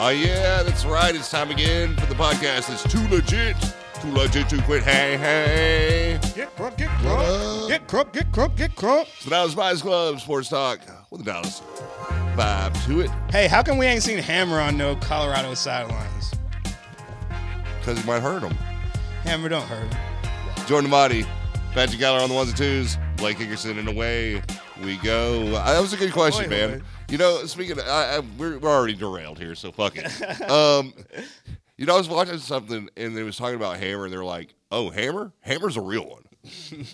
Oh, yeah, that's right. It's time again for the podcast. It's too legit. Too legit to quit. Hey, hey. Get crump, get crump, get crump, get crump, get crump. So now it's Spice Club Sports Talk with a Dallas vibe to it Hey, how come we ain't seen Hammer on no Colorado sidelines? because it might hurt them. Hammer don't hurt him. Jordan Amati, Patrick Gallagher on the ones and twos, Blake Hickerson, and away we go. Uh, That was a good question, Oy, man. oy. You know, speaking of, I, I, we're, we're already derailed here, so fuck it. um, you know, I was watching something and they was talking about Hammer, and they're like, oh, Hammer? Hammer's a real one.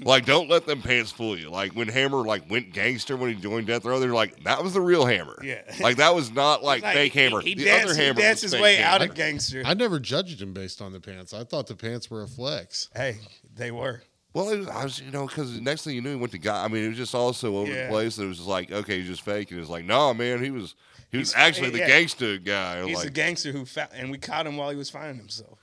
like, don't let them pants fool you. Like, when Hammer, like, went gangster when he joined Death Row, they're like, that was the real Hammer. Yeah. Like, that was not, like, Like, fake Hammer. He, the danced, other Hammer he danced was his fake way Hammer. out of gangster. I never judged him based on the pants. I thought the pants were a flex. hey, they were. Well, it was, I was, you know, because the next thing you knew, he went to guy. I mean, it was just also over Yeah. the place. It was just like, okay, he's just fake, and it's like, no, man, he was, he was actually the yeah. gangster guy. He's like, a gangster who found, and we caught him while he was finding himself.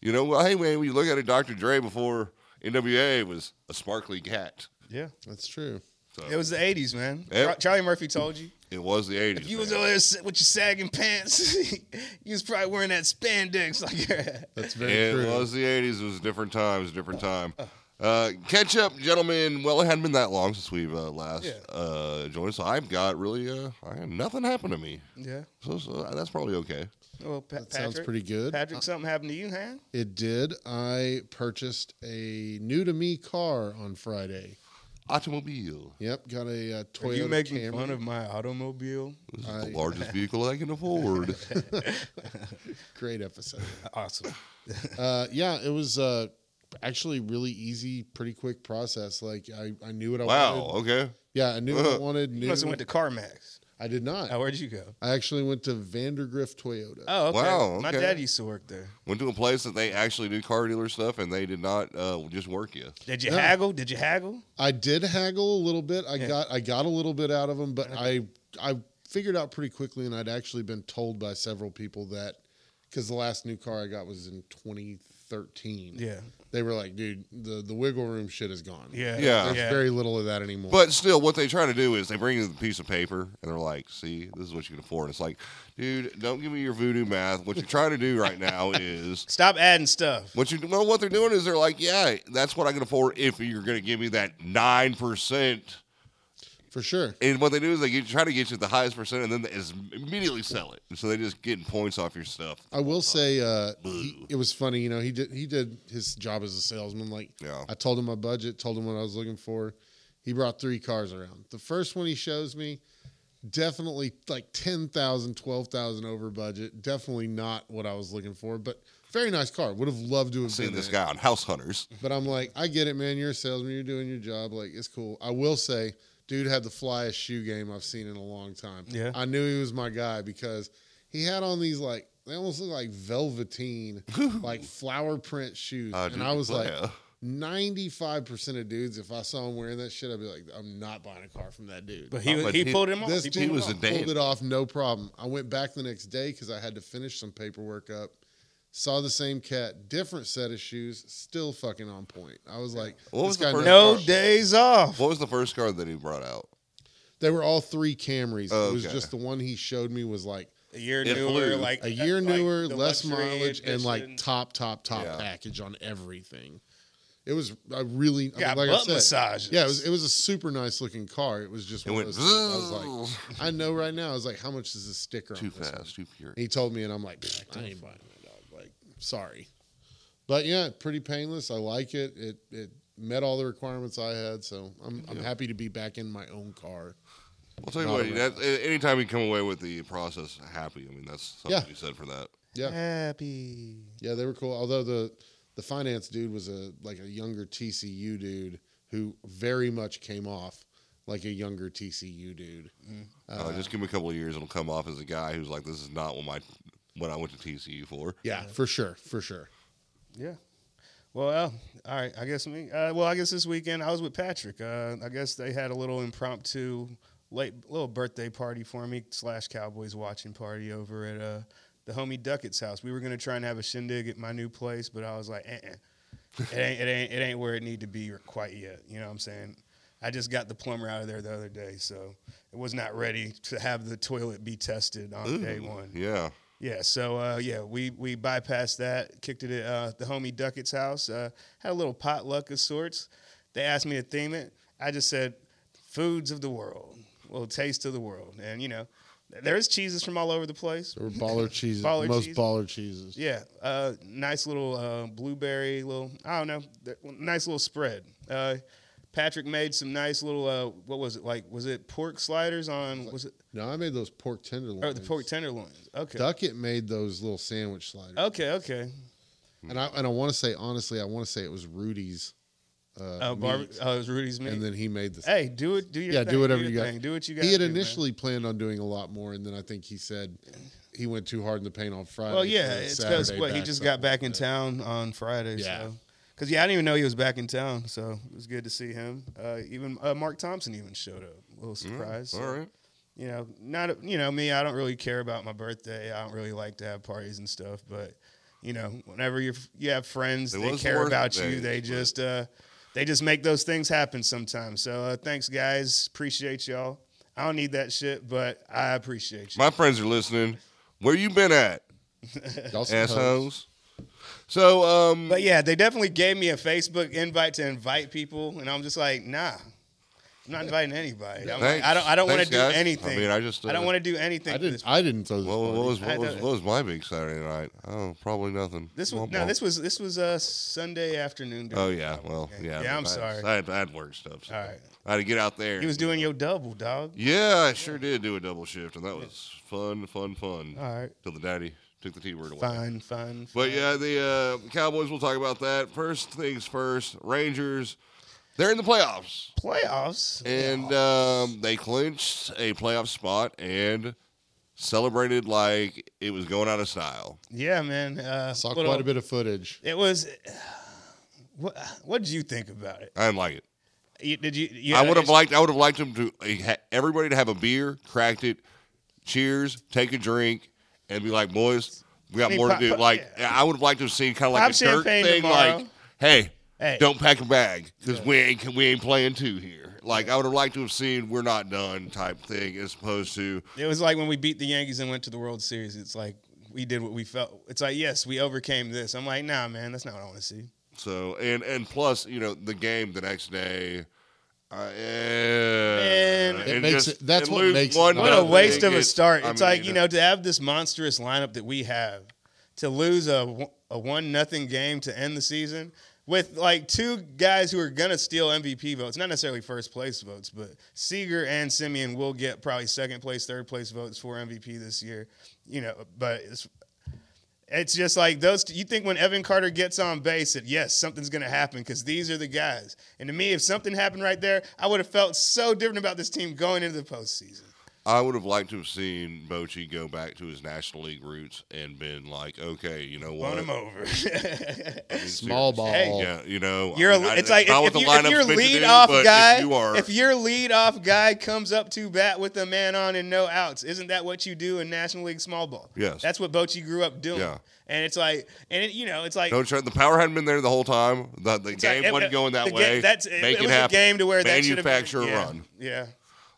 you know, well, hey, man, when you look at it, Dr. Dre before NWA was a sparkly cat. Yeah. That's true. It was the 80s, man. Yeah. Char- Charlie Murphy told you. It was the '80s. If you was man. over there sa- with your sagging pants, you was probably wearing that spandex like That's very it true. was the '80s. It was a different time. It was a different time. Uh, catch up, gentlemen. Well, it hadn't been that long since we've uh, last Yeah. uh, joined, so I've got really, uh, I, nothing happened to me. Yeah. So, so that's probably okay. Well, Pa- That sounds Patrick- pretty good. Patrick, something happened to you, huh? It did. I purchased a new to me car on Friday. Automobile. Yep, got a uh, Are Toyota you making Camry. fun of my automobile? This is I- the largest vehicle I can afford. Great episode. Awesome. uh, yeah, it was uh, actually really easy, pretty quick process. Like I, I knew what I wow. wanted. Okay. Yeah, I knew what I wanted. You Knew. must have went to CarMax. I did not. Oh, where'd you go? I actually went to Vandergrift Toyota. Oh, okay. Wow, My okay. dad used to work there. Went to a place that they actually did car dealer stuff, and they did not uh, just work you. Did you Yeah. haggle? Did you haggle? I did haggle a little bit. I Yeah. got I got a little bit out of them, but I I figured out pretty quickly, and I'd actually been told by several people that because the last new car I got was in 2013. Yeah. they were like, dude, the the wiggle room shit is gone. Yeah. Yeah. there's very little of that anymore. But still, what they try to do is they bring you the piece of paper, and they're like, "See, this is what you can afford." It's like, dude, don't give me your voodoo math. What you're trying to do right now is. Stop adding stuff. What you well, what they're doing is they're like, yeah, that's what I can afford if you're going to give me that nine percent. for sure, And what they do is they get, try to get you the highest percent, and then they is immediately sell it. So they just getting points off your stuff. I will say uh, he, Boo. it was funny. You know, he did he did his job as a salesman. Like, Yeah. I told him my budget, told him what I was looking for. He brought three cars around. The first one he shows me, definitely like 10,000, 12,000 over budget. Definitely not what I was looking for, but very nice car. Would have loved to have Seeing been this in guy on House Hunters. it. But I'm like, I get it, man. You're a salesman. You're doing your job. Like, it's cool. I will say, dude had the flyest shoe game I've seen in a long time. Yeah. I knew he was my guy because he had on these like, they almost look like velveteen, like flower print shoes. Uh, dude, and I was like, yeah. 95% of dudes, if I saw him wearing that shit, I'd be like, I'm not buying a car from that dude. But he, Oh, But he, he- pulled him off. this He pulled dude him was off. a pulled damn. it off, no problem. I went back the next day because I had to finish some paperwork up. Saw the same cat, different set of shoes, still fucking on point. I was like, What this was the guy first knows- No car. days off. What was the first card that he brought out? They were all three Camrys. Oh, It was okay. just the one he showed me was like A year It newer, flew. like a year like newer, the less luxury mileage, and like edition. top, top, top Yeah. package on everything. It was I really I mean, Got like butt I said, massages. Yeah, it was, it was a super nice looking car. It was just It one went of those things I was like, I know right now. I was like, how much is this sticker? Too on this one? fast, too pure. And he told me, and I'm like, "Pfft, I ain't buying that dog. Like, sorry, but yeah, pretty painless. I like it. It it met all the requirements I had, so I'm I'm happy to be back in my own car. I'll tell you Not what. a That, a- anytime you come away with the process happy, I mean that's something Yeah. you said for that. Yeah, happy. yeah, they were cool. Although the the finance dude was a like a younger TCU dude who very much came off like a younger TCU dude. Uh, just give him a couple of years, it'll come off as a guy who's like, this is not what my what I went to TCU for. Yeah, for sure, for sure. Yeah. Well, uh, all right. I guess me. Uh, well, I guess this weekend I was with Patrick. Uh, I guess they had a little impromptu late little birthday party for me slash Cowboys watching party over at uh, the homie Duckett's house. We were gonna try and have a shindig at my new place, but I was like, uh-uh. it ain't it ain't it ain't where it need to be quite yet. You know what I'm saying? I just got the plumber out of there the other day, so it was not ready to have the toilet be tested on day one. Yeah. Yeah, so uh, yeah, we we bypassed that, kicked it at uh, the homie Duckett's house. Uh, had a little potluck of sorts. They asked me to theme it. I just said, "Foods of the world, well, taste of the world," and you know, there's cheeses from all over the place. Or baller cheeses. Baller most cheese. baller cheeses. Yeah, uh, nice little uh, blueberry, little I don't know, th- nice little spread. Uh, Patrick made some nice little uh, what was it like? Was it pork sliders on? Was it No, I made those pork tenderloins. or Oh, the pork tenderloins? Okay, Duckett made those little sandwich sliders. okay, okay. Mm-hmm. And I and I want to say honestly, I want to say it was Rudy's. Uh, Uh, barbe- meat. uh, it was Rudy's meat. and then he made the. Hey, do it. Do your yeah, thing, do whatever your you got. thing, Do what you got. He had to do, man. initially planned on doing a lot more, and then I think he said he went too hard in the paint on Friday. Well, yeah, so it's because Saturday what he back, just something got back like in that. town on Friday. Yeah. So. Cause yeah, I didn't even know he was back in town, so it was good to see him. Uh, even uh, Mark Thompson even showed up. A little surprise. So, Mm, All right. You know, not a- you know me. I don't really care about my birthday. I don't really like to have parties and stuff. But you know, whenever you you have friends, It they was care worth about it, you. They but- just uh, they just make those things happen sometimes. So uh, thanks, guys. Appreciate y'all. I don't need that shit, but I appreciate you. My friends are listening. Where you been at, Y'all some hoes. assholes? So, um, But yeah, they definitely gave me a Facebook invite to invite people, and I'm just like, nah, I'm not inviting anybody. I'm like, Thanks. I don't. I don't want to Thanks, do guys. anything. I mean, I just, don't uh, want to do anything. I for didn't. this. I didn't throw this. well, party. what was I what was, don't- what was my big Saturday night? Oh, probably nothing. This was Womp no. womp. This was this was uh, Sunday afternoon. Oh yeah, well Okay. yeah. Yeah, I'm I- sorry. I had, I had work stuff. so All right. I had to get out there. He was doing your double, dog. Yeah, I sure did do a double shift, and that was fun, fun, fun. All right. Till the daddy took the T word away. Fine, fine. But fine. yeah, the uh, Cowboys. We'll talk about that. First things first. Rangers. They're in the playoffs, playoffs. and um, they clinched a playoff spot and celebrated like it was going out of style. yeah, man. Uh, Saw little- quite a bit of footage. It was. What What did you think about it? I didn't like it. You, did you? you I would have liked. I would have liked them to ha- everybody to have a beer, cracked it, cheers, take a drink, and be like, boys, we got I mean, more pop- to do. pop- Like yeah. I would have liked to have seen kind of like Pop a dirt champagne thing, tomorrow. like, hey, Hey. don't pack a bag because we ain't we ain't playing two here. Like I would have liked to have seen we're not done type thing as opposed to It was like when we beat the Yankees and went to the World Series. It's like we did what we felt. It's like yes, we overcame this. I'm like, nah, man, that's not what I want to see. so and and plus you know the game the next day. Uh, Man. and It makes it- that's what makes it not What I a don't waste think of a start. It's like you know to have this monstrous lineup that we have to lose a one- a one nothing game to end the season with like two guys who are gonna steal MVP votes, not necessarily first place votes, but Seager and Simeon will get probably second place, third place votes for MVP this year. You know, but it's it's just like those. You think when Evan Carter gets on base that yes, something's going to happen because these are the guys. And to me, if something happened right there, I would have felt so different about this team going into the postseason. I would have liked to have seen Bochy go back to his National League roots and been like, okay, you know what? Blown him over. Small ball. Hey. Yeah, you know, You're a, I mean, I- it's like if, not what if, the you, if lineup's your meant to do, lead off but guy, if you are, your lead off guy comes up to bat with a man on and no outs, isn't that what you do in National League small ball? Yes. that's what Bochy grew up doing. Yeah. and it's like, and it, you know, it's like don't try, the power hadn't been there the whole time. The, the it's like- game it- wasn't going that the ga- way. that's it, Make it was a happen. game to where that should have been- manufacture a yeah, run. Yeah.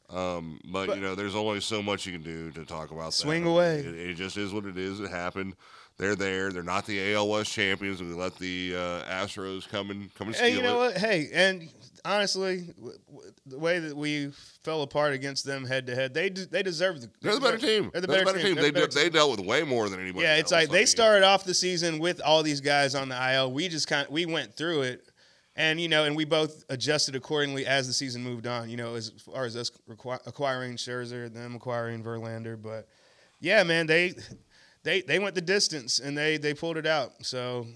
Um, but, you know, there's only so much you can do to talk about Swing that. away. It, it just is what it is. It happened. They're there. They're not the AL West champions. We let the uh, Astros come and come and steal And you know it. what? Hey, and honestly, w- w- the way that we fell apart against them head to head, they de- they deserve the They're the better team. They're the better, team. They're They, the better de- they dealt with way more than anybody. yeah, else. it's like I they mean, started off the season with all these guys on the IL. We just kind of, we went through it, and you know, and we both adjusted accordingly as the season moved on. You know, as far as us requi- acquiring Scherzer, them acquiring Verlander, but yeah, man, they they they went the distance and they they pulled it out. So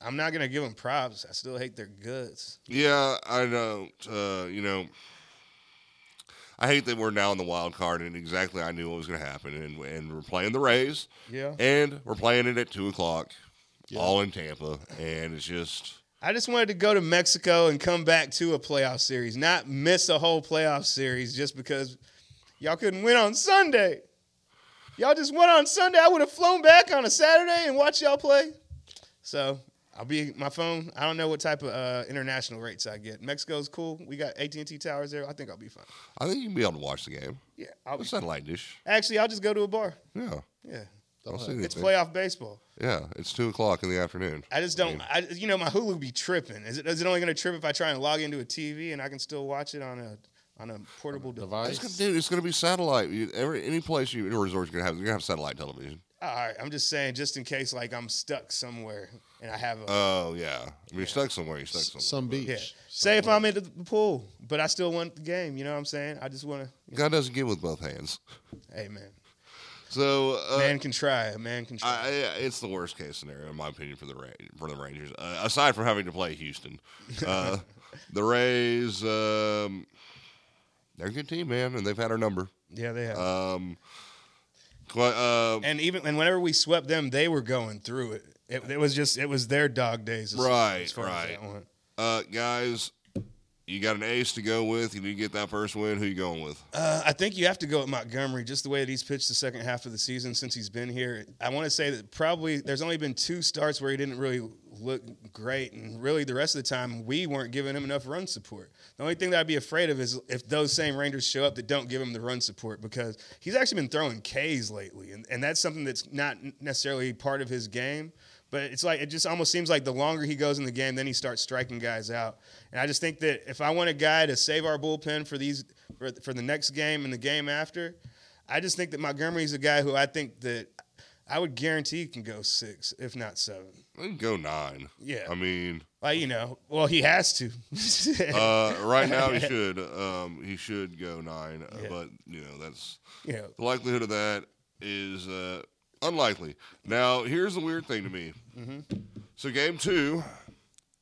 I'm not gonna give them props. I still hate their guts. Yeah, I don't. Uh, you know, I hate that we're now in the wild card, and exactly I knew what was going to happen, and and we're playing the Rays, Yeah. and we're playing it at two o'clock, Yeah. all in Tampa, and it's just I just wanted to go to Mexico and come back to a playoff series, not miss a whole playoff series just because y'all couldn't win on Sunday. Y'all just won on Sunday. I would have flown back on a Saturday and watched y'all play. So I'll be my phone. I don't know what type of uh, international rates I get. Mexico's cool. We got AT and T towers there. I think I'll be fine. I think you can be able to watch the game. Yeah, I'll be It's not light dish. Actually, I'll just go to a bar. Yeah, Yeah, I'll see have- you. It's playoff baseball. Yeah, it's two o'clock in the afternoon. I just don't. I, you know, my Hulu be tripping. Is it, is it only going to trip if I try and log into a TV and I can still watch it on a on a portable device? It's gonna, dude, it's going to be satellite. You, every any place you any resort's going to have you're going to have satellite television. All right, I'm just saying, just in case, like I'm stuck somewhere and I have a Oh yeah, I mean, you're stuck somewhere. You're stuck somewhere. Some beach. yeah. So- Say if I'm at the pool, but I still want the game. You know what I'm saying? I just want to. God doesn't give with both hands. Hey man, So uh, man can try. A man can I, I, try. it's the worst case scenario in my opinion for the Ra- for the Rangers. Uh, aside from having to play Houston, uh, the Rays, um, they're a good team, man, and they've had our number. yeah, they have. Um, qu- uh, and even and whenever we swept them, they were going through it. It, it was just it was their dog days. As, Right, as far right. As that went. uh, guys, you got an ace to go with. You need to get that first win. Who you going with? Uh, I think you have to go at Montgomery just the way that he's pitched the second half of the season since he's been here. I want to say that probably there's only been two starts where he didn't really look great, and really the rest of the time we weren't giving him enough run support. The only thing that I'd be afraid of is if those same Rangers show up that don't give him the run support because he's actually been throwing Ks lately, and, and that's something that's not necessarily part of his game. But it's like it just almost seems like the longer he goes in the game, then he starts striking guys out. And I just think that if I want a guy to save our bullpen for these for, for the next game and the game after, I just think that Montgomery's a guy who I think that I would guarantee can go six, if not seven. I think Go nine. Yeah. I mean, Like you know, well he has to. uh, right now he should. Um, he should go nine, uh, Yeah. but you know that's you know, The likelihood of that is uh, unlikely. Now, here's the weird thing to me. Mm-hmm. So, game two,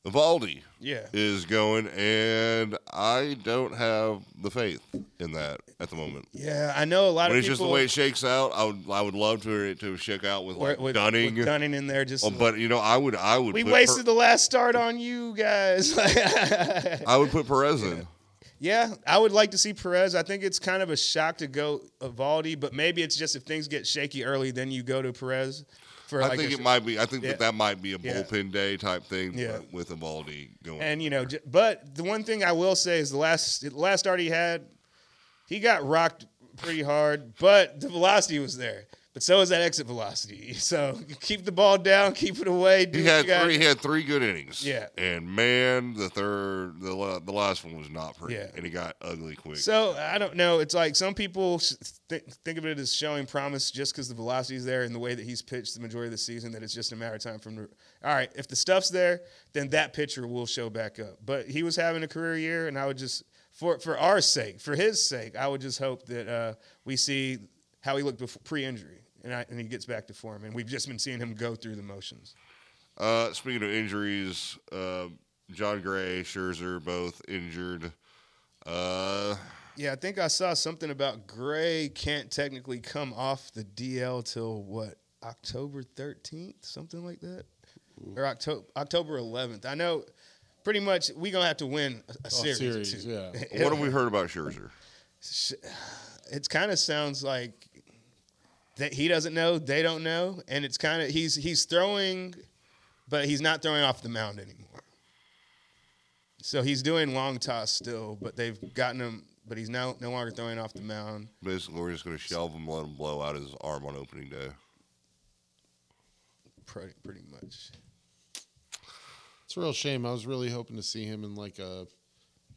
Valdi yeah. is going, and I don't have the faith in that at the moment. Yeah, I know a lot But of it's people. just the way it shakes out. I would, I would love to to shake out with, were- like with, Dunning. with Dunning in there, just Oh, but you know, I would, I would. we put wasted Per- the last start on you guys. I would put Perez in. Yeah, I would like to see Perez. I think it's kind of a shock to go Valdi, but maybe it's just if things get shaky early, then you go to Perez. For I like think a- it might be. I think Yeah. that that might be a Yeah. bullpen day type thing Yeah. but with Ivaldi going. And you know, j- but the one thing I will say is the last the last start he had, he got rocked pretty hard, but the velocity was there. But so is that exit velocity. So keep the ball down, keep it away. Do He what had you gotta three. He had three good innings. Yeah. And man, the third, the la- the last one was not pretty. Yeah. And it got ugly quick. So I don't know. It's like some people sh- th- think of it as showing promise just because the velocity's there and the way that he's pitched the majority of the season. That it's just a matter of time from. The, all right, if the stuff's there, then that pitcher will show back up. But he was having a career year, and I would just for for our sake, for his sake, I would just hope that uh, we see how he looked before, pre-injury, and I, and he gets back to form. And we've just been seeing him go through the motions. uh, speaking of injuries, uh, John Gray, Scherzer, both injured. Uh, Yeah, I think I saw something about Gray can't technically come off the DL till what October thirteenth, something like that, or October October eleventh. I know, pretty much we gonna have to win a, a series. or series, two. yeah. It- what have we heard about Scherzer? It kind of sounds like that he doesn't know, they don't know, and it's kind of he's he's throwing, but he's not throwing off the mound anymore. So he's doing long toss still, but they've gotten him. But he's now no longer throwing off the mound. Basically, we're just going to shelve him, let him blow out his arm on opening day. pretty, pretty much. It's a real shame. I was really hoping to see him in like a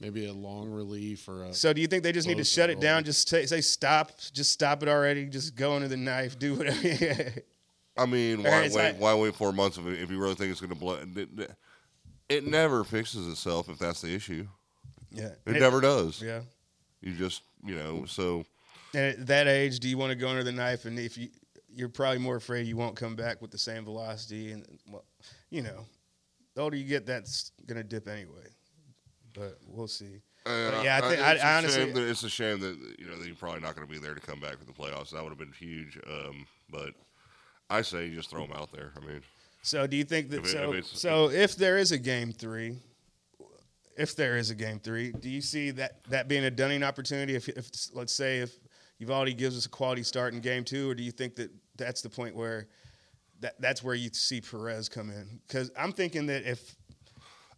maybe a long relief or a So do you think they just need to Close shut it and down? roll. Just say, say stop. Just stop it already. Just go into the knife. Do whatever. I mean, why it's wait? like- why wait four months if, if you really think it's going to blow? It, it- it never fixes itself if that's the issue. yeah. It, never does. Yeah. You just, you know, so. And at that age, do you want to go under the knife? And if you, you're probably more afraid you won't come back with the same velocity. And well, you know, the older you get, that's gonna dip anyway. But we'll see. Uh, yeah, I think- I- it's a I honestly- shame that, it's a shame that you know that you're probably not going to be there to come back for the playoffs. That would have been huge. Um, but I say you just throw them out there. I mean, So do you think that If it- so if it's- so if there is a game three, if there is a game three, do you see that that being a Dunning opportunity? If if let's say if Uvalde gives us a quality start in game two, or do you think that that's the point where that that's where you see Perez come in? Because I'm thinking that if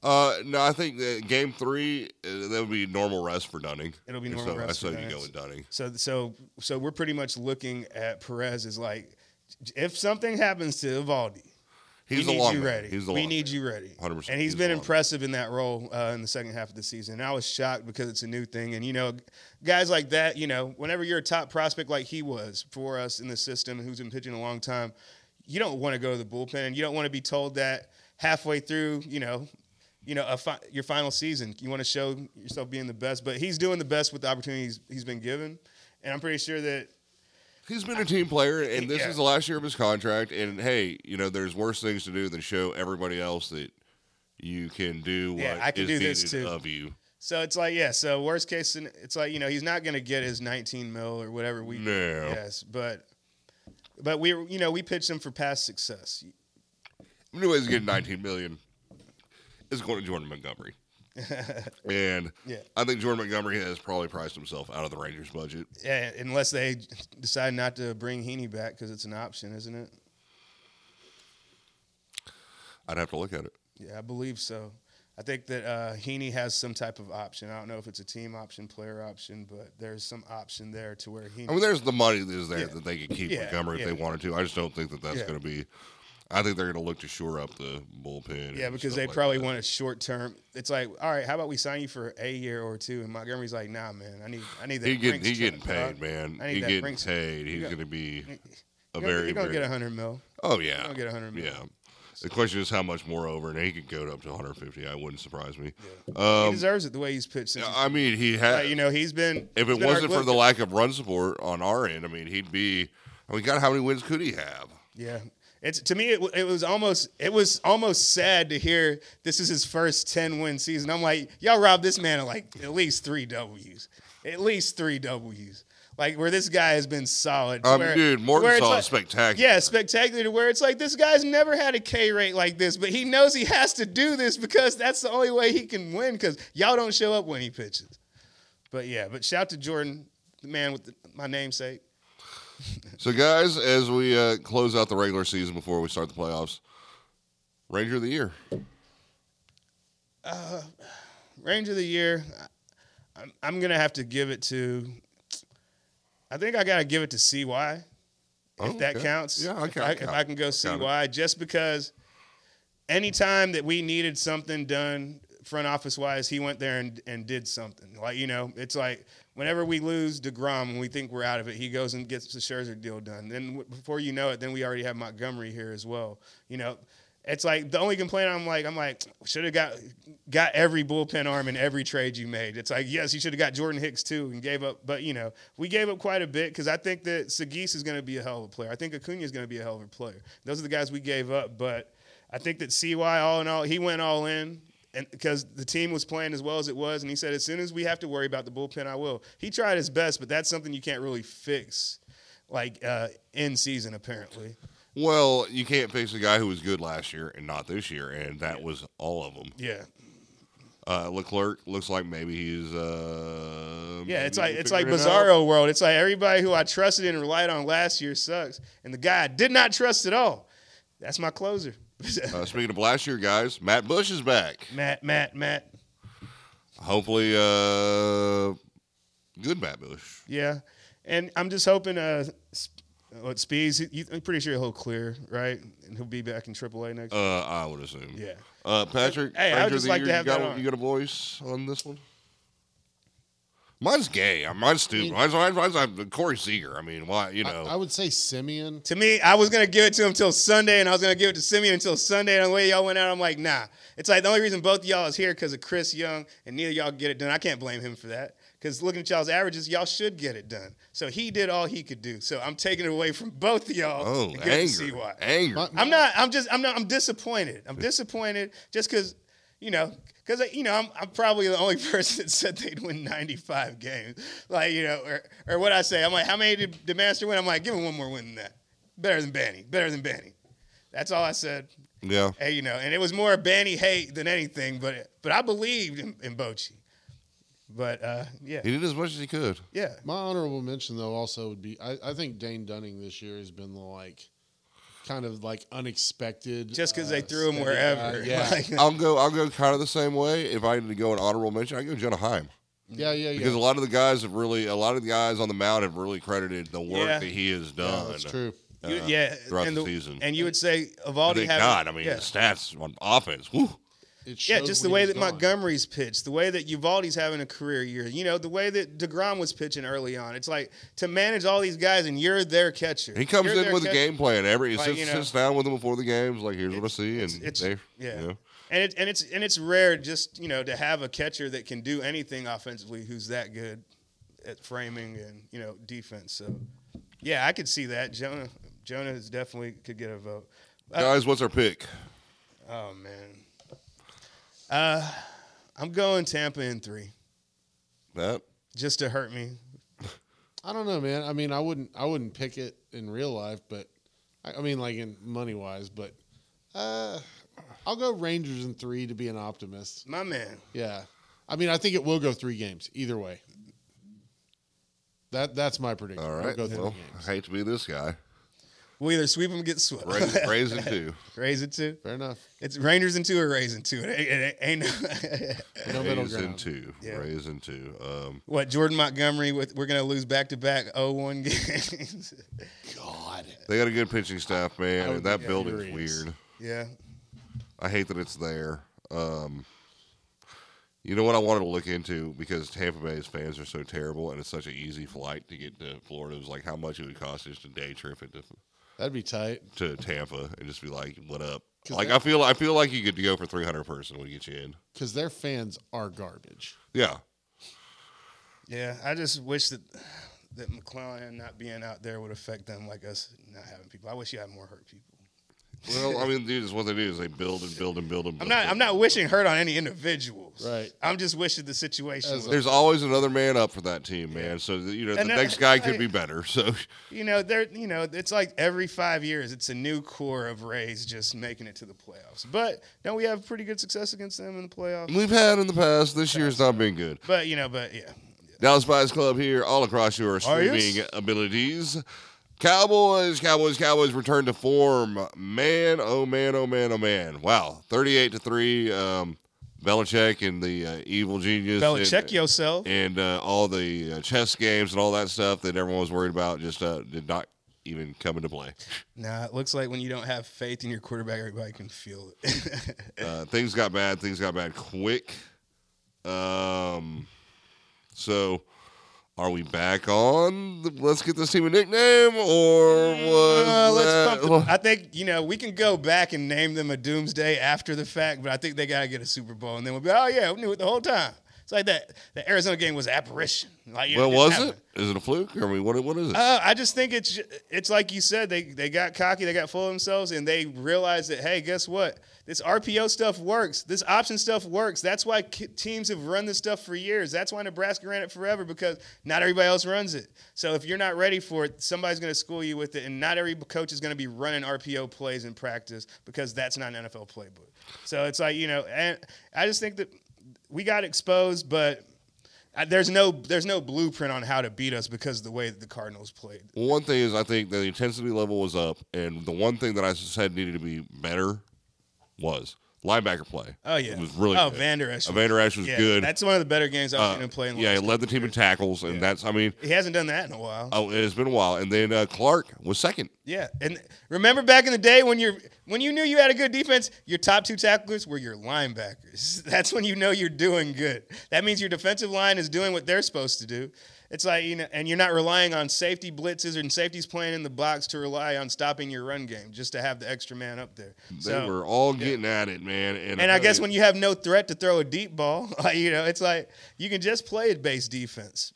uh, no, I think that game three uh, that would be normal rest for Dunning. It'll be And normal so, rest So for you Dunning. go with Dunning. so so so we're pretty much looking at Perez as like if something happens to Ivaldi, He's we the need long you man. ready. He's the we long need man. you ready. 100%. And He's he's been the long impressive in that role uh, in the second half of the season. And I was shocked because it's a new thing. And you know, guys like that, you know, whenever you're a top prospect like he was for us in the system, who's been pitching a long time, you don't want to go to the bullpen, and you don't want to be told that halfway through, you know. You know, a fi- your final season, you want to show yourself being the best, but he's doing the best with the opportunities he's been given, and I'm pretty sure that He's been a team player, and this Yeah. is the last year of his contract. And hey, you know, there's worse things to do than show everybody else that you can do what Yeah, I can is do this needed too. of you. So it's like, yeah. So worst case, scen- it's like you know he's not going to get his 19 mil or whatever we. No. Yes, but but we you know we pitched him for past success. Anyways, getting 19 million is going to Jordan Montgomery, and Yeah. I think Jordan Montgomery has probably priced himself out of the Rangers budget. Yeah, unless they decide not to bring Heaney back because it's an option, isn't it? I'd have to look at it. Yeah, I believe so. I think that uh, Heaney has some type of option. I don't know if it's a team option, player option, but there's some option there to where Heaney. I mean, there's the money that is there Yeah. that they could keep Yeah, Montgomery if yeah. they wanted to. I just don't think that that's Yeah. going to be. I think they're going to look to shore up the bullpen. Yeah, and because stuff they like probably that. want a short term. It's like, all right, how about we sign you for a year or two? And Montgomery's like, nah, man, I need, I need that. He getting Brinks he getting check, paid, dog. man. I need He that getting Brinks- paid. He's got- going to be a You're gonna- very you're gonna very- get a hundred mil. oh yeah, gonna get 100 million. Yeah. The question is how much more over, and he could go up to 150. I wouldn't surprise me. he Um, deserves it the way he's pitched since. I mean, he he's, had. like, you know, he's been. Uh, if he's it been our wasn't for the glue- lack of run support on our end, I mean, he'd be. I mean, God, how many wins could he have? yeah. It's to me, it, w- it was almost it was almost sad to hear this is his first ten win season. I'm like, y'all robbed this man of like at least three Ws, at least three Ws. Like where this guy has been solid. I mean, where- Um, dude, Morton where it's saw like- spectacular. Yeah, spectacular to where it's like this guy's never had a K rate like this, but he knows he has to do this because that's the only way he can win because y'all don't show up when he pitches. But yeah, but shout to Jordan, the man with the, my namesake. So, guys, as we uh, close out the regular season before we start the playoffs, Ranger of the Year. Ranger of the year, I- I'm, I'm going to have to give it to, I think I got to give it to CY. if Oh, that okay. counts. Yeah, I if can- I, I if count. I can go count it. CY, just because anytime that we needed something done front office wise, he went there and, and did something. Like, you know, it's like whenever we lose DeGrom and we think we're out of it, he goes and gets the Scherzer deal done. Then w- before you know it, then we already have Montgomery here as well. You know, it's like the only complaint I'm like I'm like should have got got every bullpen arm in every trade you made. It's like yes, you should have got Jordan Hicks too and gave up, but you know we gave up quite a bit because I think that Sagis is going to be a hell of a player. I think Acuna is going to be a hell of a player. Those are the guys we gave up, but I think that CY all in all he went all in. And because the team was playing as well as it was, and he said, as soon as we have to worry about the bullpen, I will. He tried his best, but that's something you can't really fix, like uh, in season apparently. Well, you can't fix a guy who was good last year and not this year, and that was all of them. Yeah, Uh, Leclerc looks like maybe he's. Uh, Yeah, it's maybe like it's like figuring it out. bizarro world. It's like everybody who I trusted and relied on last year sucks, and the guy I did not trust at all. That's my closer, Uh, speaking of last year, guys, Matt Bush is back. Matt. Matt. Matt. Hopefully, uh, good Matt Bush. Yeah, and I'm just hoping uh, Sp- what Speeds. he- you- I'm pretty sure he'll clear, right? And he'll be back in AAA next. year. Uh, I would assume. yeah. Uh, Patrick, Hey, I would Ranger of just the like to Year, have you, got, that a- on. you got a voice on this one? Mine's gay. Uh, Mine's stupid. Mine's, mine's, mine's, uh, Corey Seager. I mean, why? You I, know, I would say Simeon. To me, I was gonna give it to him till Sunday, and I was gonna give it to Simeon until Sunday. And the way y'all went out, I'm like, nah. It's like the only reason both of y'all is here because of Chris Young, and neither of y'all get it done. I can't blame him for that. Because looking at y'all's averages, y'all should get it done. So he did all he could do. So I'm taking it away from both of y'all. oh, and give it to anger, CY. anger. My- I'm not. I'm just. I'm not. I'm disappointed. I'm disappointed just because, you know, because you know, I'm, I'm probably the only person that said they'd win 95 games. Like you know, or or what I say. I'm like, how many did, did Master win? I'm like, give him one more win than that. Better than Banny. Better than Banny. That's all I said. yeah. Hey, you know, and it was more Banny hate than anything. But but I believed in, in Bochy. But uh, yeah, He did as much as he could. yeah. My honorable mention though also would be I, I think Dane Dunning this year has been the like kind of like unexpected. Just because uh, they threw him steady wherever. Uh, guy. yeah. Like, I'll go. I'll go kind of the same way. If I had to go an honorable mention, I go Jenna Heim yeah, yeah, yeah. because a lot of the guys have really, a lot of the guys on the mound have really credited the work Yeah. that he has Yeah, done. that's true. You- uh, yeah, throughout and the season. And you would say Thank Evaldi having God. I mean, yeah. the stats on offense. Whew. It Yeah, shows just the when way that he's gone. Montgomery's pitched, the way that Uvalde's having a career year, you know, the way that DeGrom was pitching early on. It's like to manage all these guys and you're their catcher. He comes You're in their with a catcher. game plan every. He Like, sits, you know, sits down with them before the games. Like, here's what I see, and it's- it's- they, yeah. you know. And it, and it's and it's rare just, you know, to have a catcher that can do anything offensively who's that good at framing and, you know, defense. So yeah, I could see that. Jonah Jonah is definitely could get a vote. Uh, guys, what's our pick? Oh man. Uh I'm going Tampa in three. That Just to hurt me. I don't know, man. I mean, I wouldn't, I wouldn't pick it in real life, but I, I mean, like in money wise, but uh, I'll go Rangers in three to be an optimist. My man. Yeah, I mean, I think it will go three games either way. That that's my prediction. all It'll right. go three Well, games. I hate to be this guy. We'll either sweep them or get swept. Raise, raise it too. Raisin two. Fair enough. It's Rangers and two or Raisin two. It ain't, it ain't no No middle Raise in ground. two. Yeah. Raise in two. Um, what Jordan Montgomery with we're gonna lose back to back 0-1 games. God, they got a good pitching staff, man, would and that be building's furious. weird. yeah. I hate that it's there. Um, you know what I wanted to look into because Tampa Bay's fans are so terrible, and it's such an easy flight to get to Florida. It was like how much it would cost just a day trip into that'd be tight. to Tampa and just be like, "What up?" 'Cause Like that- I feel, I feel like you could go for three hundred person would get you in. Because their fans are garbage. Yeah, Yeah. I just wish that that McClellan not being out there would affect them like us not having people. I wish you had more hurt people. Well, I mean, dude, is what they do is they build and build and build and. Build I'm not I'm not wishing hurt on any individuals. Right. I'm just wishing the situation As was a- There's always another man up for that team, man. So you know the And that- next guy could I- be better. So You know, they're you know, it's like every five years, it's a new core of Rays just making it to the playoffs. But don't we have pretty good success against them in the playoffs? we've had in the past. This year's not been good. But you know, but yeah, Dallas Bias Club here, all across your streaming yes. abilities. Cowboys, Cowboys, Cowboys return to form. Man, oh man, oh man, oh man. Wow, thirty-eight to three. Um, Belichick and the uh, evil genius. and- Belichick yourself. and uh, all the uh, chess games and all that stuff that everyone was worried about just uh, did not even come into play. Nah, it looks like when you don't have faith in your quarterback, everybody can feel it. Uh, things got bad. Things got bad quick. Um, so are we back on? The, let's get this team a nickname, or was Uh, that- let's bump the- I think you know we can go back and name them a doomsday after the fact, but I think they gotta get a Super Bowl, and then we'll be oh yeah, we knew it the whole time. It's like that. The Arizona game was apparition. Like you know, Well, it was happened. it? Is it a fluke? I mean, what what is it? Uh, I just think it's ju- it's like you said they they got cocky, they got full of themselves, and they realized that hey, guess what? This RPO stuff works. This option stuff works. That's why k- teams have run this stuff for years. That's why Nebraska ran it forever because not everybody else runs it. So if you're not ready for it, somebody's going to school you with it, and not every coach is going to be running RPO plays in practice because that's not an NFL playbook. So it's like you know, and I just think that we got exposed, but I- there's no there's no blueprint on how to beat us because of the way that the Cardinals played. Well, one thing is I think the intensity level was up, and the one thing that I said needed to be better was linebacker play. Oh yeah, it was really oh good. Vander Esch. Uh, Vander Esch was yeah, good. That's one of the better games I've Uh, seen him play. In the yeah, he last- led the team in tackles, and that's I mean, he hasn't done that in a while. oh, it's been a while. And then uh, Clark was second. Yeah, and remember back in the day when you're when you knew you had a good defense, your top two tacklers were your linebackers. That's when you know you're doing good. That means your defensive line is doing what they're supposed to do. It's like you know, and you're not relying on safety blitzes and safeties playing in the box to rely on stopping your run game just to have the extra man up there. They So- were all getting at it, man. And, And I guess apparently- when you have no threat to throw a deep ball, like, you know, it's like you can just play it base defense.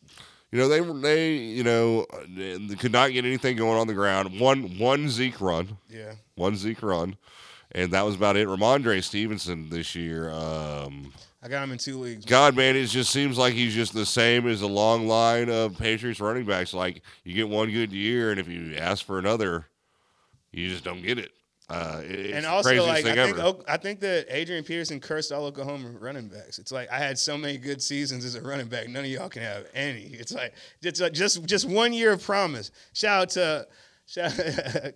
you know they were they you know uh, they could not get anything going on the ground. One one Zeke run, Yeah. one Zeke run, and that was about it. Ramondre Stevenson this year. Um, I got him in two leagues. God, man, it just seems like he's just the same as a long line of Patriots running backs. Like you get one good year, and if you ask for another, you just don't get it. Uh, it- it's and the also, craziest like I thing think, ever. Oak- I think that Adrian Peterson cursed all Oklahoma running backs. It's like I had so many good seasons as a running back. None of y'all can have any. It's like it's like just just one year of promise. Shout out to shout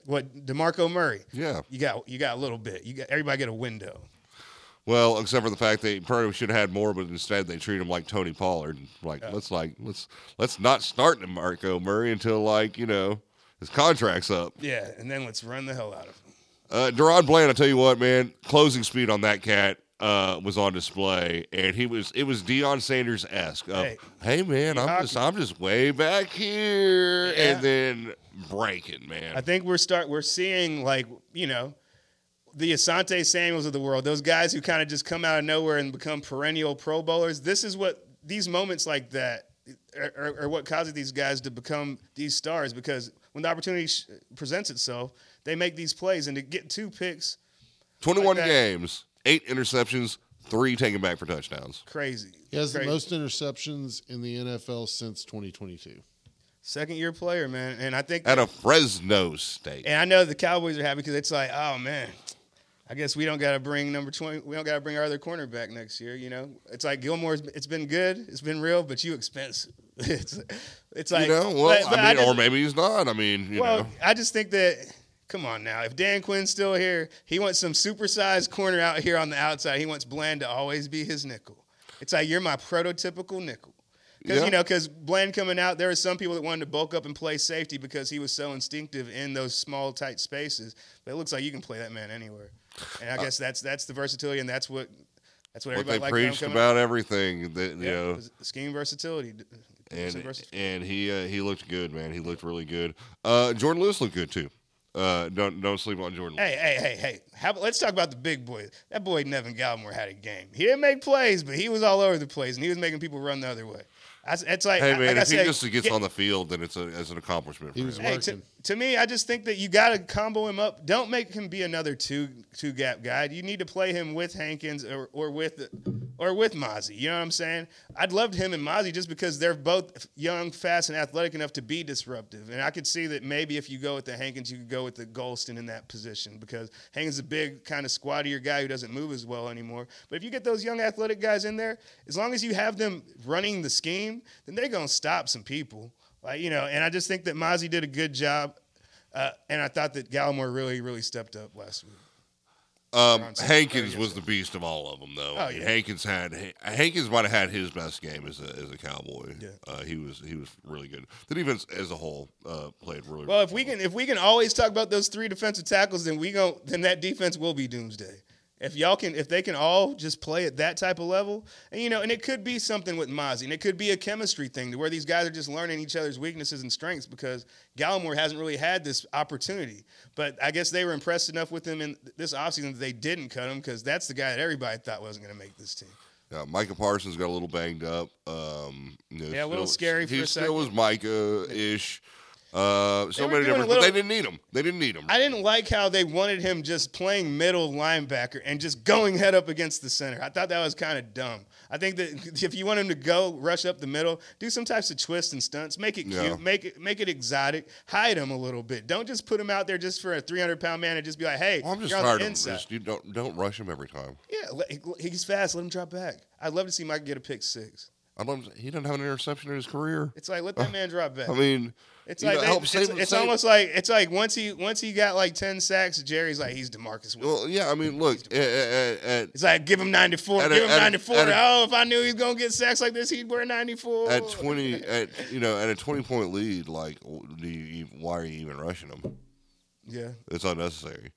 what Demarco Murray. yeah. You got you got a little bit. You got everybody get a window. Well, except for the fact they probably should have had more, but instead they treat him like Tony Pollard. Like let's like let's let's not start Marco Murray until like you know His contract's up. Yeah, and then let's run the hell out of him. Uh, Deron Bland, I tell you what, man, closing speed on that cat uh, was on display, and he was it was Deion Sanders esque. Of, hey, Hey. man, I'm Hockey. just I'm just way back here, Yeah. and then breaking, man. I think we're start we're seeing like you know the Asante Samuels of the world, those guys who kind of just come out of nowhere and become perennial Pro Bowlers. This is what these moments like that are, are, are what causes these guys to become these stars because when the opportunity sh- presents itself, they make these plays and to get two picks, 21 that. games, eight interceptions, three taken back for touchdowns. crazy. He has the Crazy. most interceptions in the NFL since 2022. second year player, man, and I think Out of Fresno State. And I know the Cowboys are happy because it's like, oh man, I guess we don't got to bring number twenty. We don't got to bring our other cornerback next year. You know, it's like Gilmore's. It's been good. It's been real, but you expensive. it's, it's like you know, well, but- but I mean, just- or maybe he's not. I mean, you well, know, I just think that. Come on now. If Dan Quinn's still here, he wants some supersized corner out here on the outside. He wants Bland to always be his nickel. It's like you're my prototypical nickel. Because Yeah. you know, because Bland coming out, there were some people that wanted to bulk up and play safety because he was so instinctive in those small, tight spaces. But it looks like you can play that man anywhere. And I guess that's that's the versatility, and that's what that's what Uh, what everybody they liked preached him coming about everything that out. you Yeah, it know, was scheme versatility. Some and versatility. and he uh, he looked good, man. He looked really good. Uh, Jordan Lewis looked good too. Uh, don't don't sleep on Jordan. Hey, hey, hey, hey. How, about- let's talk about the big boy. That boy Nevin Gallimore had a game. He didn't make plays, but he was all over the place, and he was making people run the other way. I, s- it's like, Hey I- man, like I if he said, just gets yeah, on the field, then it's a, as an accomplishment for He was him. Hey, to, working. to me, I just think that you got to combo him up. Don't make him be another two two gap guy. You need to play him with Hankins or, or with or with Mozzie. You know what I'm saying? I'd loved him and Mozzie just because they're both young, fast, and athletic enough to be disruptive. And I could see that maybe if you go with the Hankins, you could go with the Golston in that position because Hankins is a big kind of squattier guy who doesn't move as well anymore. But if you get those young athletic guys in there, as long as you have them running the scheme, then they're gonna stop some people. Like, you know, and I just think that Mozzie did a good job. Uh, and I thought that Gallimore really, really stepped up last week. Um, Johnson. Hankins was the beast of all of them, though. Oh, I mean, yeah. Hankins had Hankins might have had his best game as a as a Cowboy. Yeah. Uh, he was he was really good. The defense as a whole uh, played really Well, if we can if we can always talk about those three defensive tackles, then we go then that defense will be doomsday. If y'all can if they can all just play at that type of level, and you know, and it could be something with Mozzie, and it could be a chemistry thing to where these guys are just learning each other's weaknesses and strengths because Gallimore hasn't really had this opportunity. But I guess they were impressed enough with him in this offseason that they didn't cut him because that's the guy that everybody thought wasn't gonna make this team. Yeah, Micah Parsons got a little banged up. Um, you know, Yeah, a little still- scary for he a still second. was Micah ish. Uh, so were many doing a different. but little- they didn't need him. They didn't need him. I didn't like how they wanted him just playing middle linebacker and just going head up against the center. I thought that was kind of dumb. I think that if you want him to go rush up the middle, do some types of twists and stunts, make it Yeah. cute, make it make it exotic, hide him a little bit. Don't just put him out there just for a 300 pound man and just be like, hey, Well, I'm just you're on tired the of him. inside. Just, you don't don't rush him every time. Yeah, let- he- he's fast. Let him drop back. I'd love to see Mike get a pick six. I love. him- He doesn't have an interception in his career. It's like let that man drop back. Uh, I mean, It's you like know, they- help it's, save- it's save- almost like it's like once he once he got like 10 sacks, Jerry's like he's Demarcus. Ware. Well, yeah. I mean, look. At, at, at, It's like give him 94, At a- give him at a- 94. at a- oh, if I knew he was gonna get sacks like this, he'd wear 94. at twenty, at you know, at a twenty point lead, like, do you, even- why are you even rushing him? Yeah. It's unnecessary.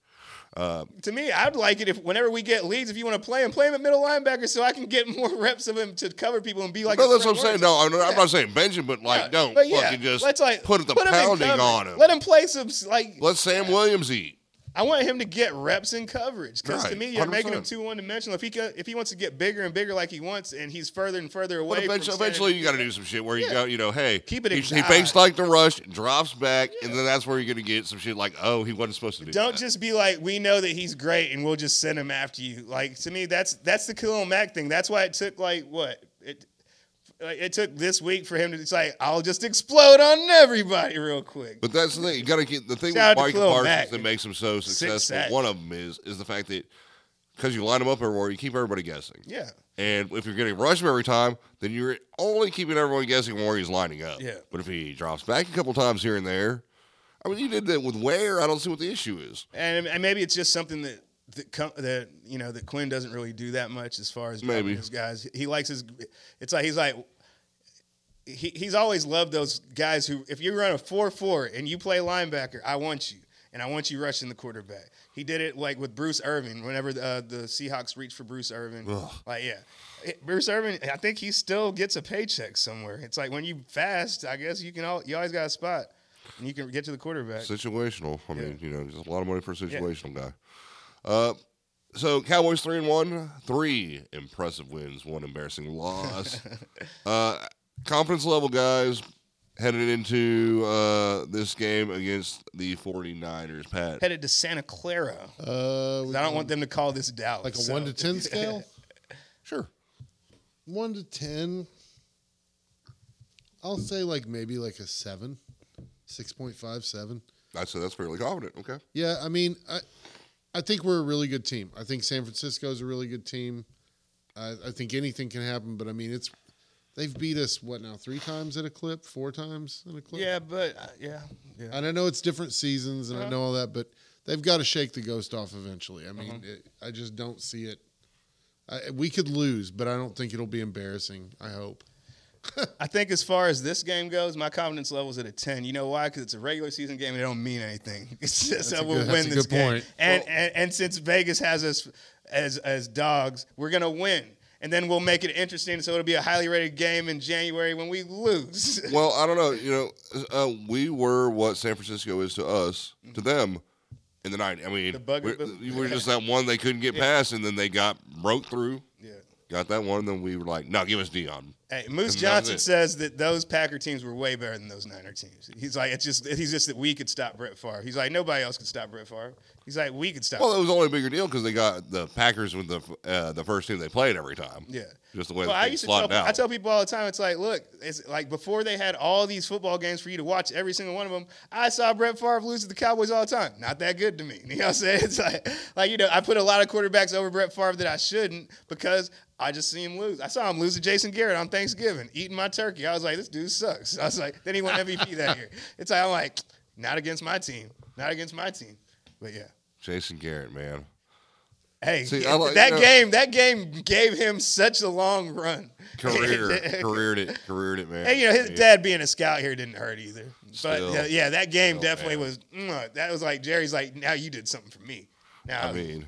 To me, I'd like it if whenever we get leads, if you want to play him, play him at middle linebacker, so I can get more reps of him to cover people and be like. No, a that's what Frank I'm saying. Warren. No, I'm, I'm not saying bench him, but like, Yeah, don't but yeah, fucking just let's, like, put the in pounding coverage. on him. Let him play some like. Let Sam Williams eat. I want him to get reps in coverage because to Right, me, you're making him 100%. too one dimensional. If he co- if he wants to get bigger and bigger like he wants, and he's further and further away. But from eventually, standing- eventually you got to do some shit where you Yeah. go, you know, hey, Keep it He, he exotic. fakes like the rush, drops back, and then that's where you're gonna get some shit like, oh, he wasn't supposed to do. Don't that. just be like, we know that he's great and we'll just send him after you. Like to me, that's that's the Khalil Mack thing. That's why it took like what it like, it took this week for him to just like, I'll just explode on everybody real quick. But that's the thing. You got to get the thing Shout with out to Mike Khalil Parsons Mack. that makes him so successful. sacks. One of them is is the fact that because you line them up everywhere, you keep everybody guessing. Yeah, And if you're getting rushed every time, then you're only keeping everyone guessing where he's lining up. Yeah. But if he drops back a couple times here and there, I mean, you did that with Ware. I don't see what the issue is. and, and maybe it's just something that. That, com- that you know that Quinn doesn't really do that much as far as Maybe. his guys. He likes his. It's like he's like he, he's always loved those guys who, if you run a 4 4 and you play linebacker, I want you. And I want you rushing the quarterback. He did it like with Bruce Irvin whenever uh, the Seahawks reached for Bruce Irvin. Ugh. Like, yeah. It- Bruce Irvin, I think he still gets a paycheck somewhere. It's like when you fast, I guess you can all, you always got a spot and you can get to the quarterback. Situational. I mean, you know, just a lot of money for a Yeah. situational guy. Uh, so Cowboys three and one, three impressive wins, one embarrassing loss. uh, confidence level, guys, headed into uh, this game against the 49ers. Pat, Headed to Santa Clara. Uh, we I don't want them to call this doubt. like a one to ten scale. sure. one to ten. I'll say like maybe like a seven, six point five seven. I said that's fairly confident. Okay. Yeah, I mean, I, I think we're a really good team. I think San Francisco is a really good team. I, I think anything can happen, but I mean, it's they've beat us what now three times at a clip, four times at a clip. Yeah, but uh, yeah, yeah. and I know it's different seasons, and I Uh-huh. know all that, but they've got to shake the ghost off eventually. I mean, Uh-huh. it, I just don't see it. I, we could lose, but I don't think it'll be embarrassing. I hope. I think as far as this game goes, my confidence level's at a ten. You know why? Because it's a regular season game and it don't mean anything. It's just That's that a we'll good- that's win a this good game. point. And, and and since Vegas has us as as dogs, we're gonna win. And then we'll make it interesting, so it'll be a highly rated game in January when we lose. Well, I don't know. You know, uh, we were what San Francisco is to us, to them, in the night. I mean, Mm-hmm. The bugger- we're, the- we were just that one they couldn't get past, and then they got broke through, yeah. got that one, and then we were like, "No, give us Dion." Hey, Moose And that was Johnson it. says that those Packer teams were way better than those Niner teams. He's like, it's just he's just that we could stop Brett Favre. He's like, nobody else could stop Brett Favre. He's like, we could stop. Well, it was only a bigger deal because they got the Packers with the uh, the first team they played every time. Yeah. just the way Well, the I thing used to tell, slotted out. I tell people all the time, it's like, look, it's like before they had all these football games for you to watch, every single one of them. I saw Brett Favre lose to the Cowboys all the time. Not that good to me. You know what I'm saying? It's like, like you know, I put a lot of quarterbacks over Brett Favre that I shouldn't because I just see him lose. I saw him lose to Jason Garrett on Thanksgiving, eating my turkey. I was like, this dude sucks. I was like, then he won MVP that year. It's like I'm like, not against my team, not against my team. But yeah. Jason Garrett, man. Hey, See, I like- that you know- game, that game gave him such a long run. Career, careered it, careered it, man. And you know, his Yeah. dad being a scout here didn't hurt either. But Still. uh, yeah, that game Oh, Still, definitely man. was. mwah. that was like Jerry's like, now you did something for me. Now, I mean,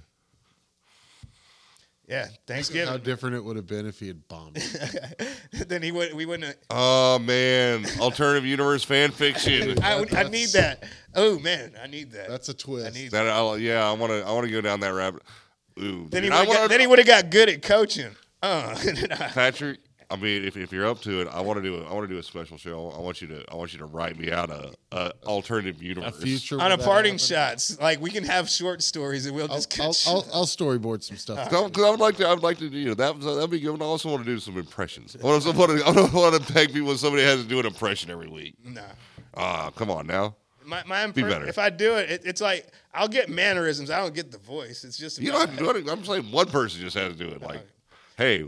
yeah, How Thanksgiving. different it would have been if he had bombed. it. then he would. We wouldn't. oh man, alternative universe fan fiction. I, would- I need that. Oh man, I need that. That's a I twist. need. That. That I, yeah, I want to. I want to go down that rabbit. Ooh, Then he dude, I would. wanna- Then he would have got good at coaching. Uh, Patrick. I mean, if, if you're up to it, I want to do. a- I want to do a special show. I want you to. I want you to write me out a, a alternative A universe. future on a where that parting happened. shots, like we can have short stories and we'll I'll, just. I'll, cut I'll, I'll storyboard some stuff. No, 'cause I would like to. I would like to. You know, that that'd be good. And I also want to do some impressions. I want to. I don't want to peg people. when Somebody has to do an impression every week. you. nah. Ah, come on now. My, my imper- better. If I do it, it, it's like I'll get mannerisms. I don't get the voice. It's just You about- don't have to do it. I'm saying one person just has to do it. Like, hey,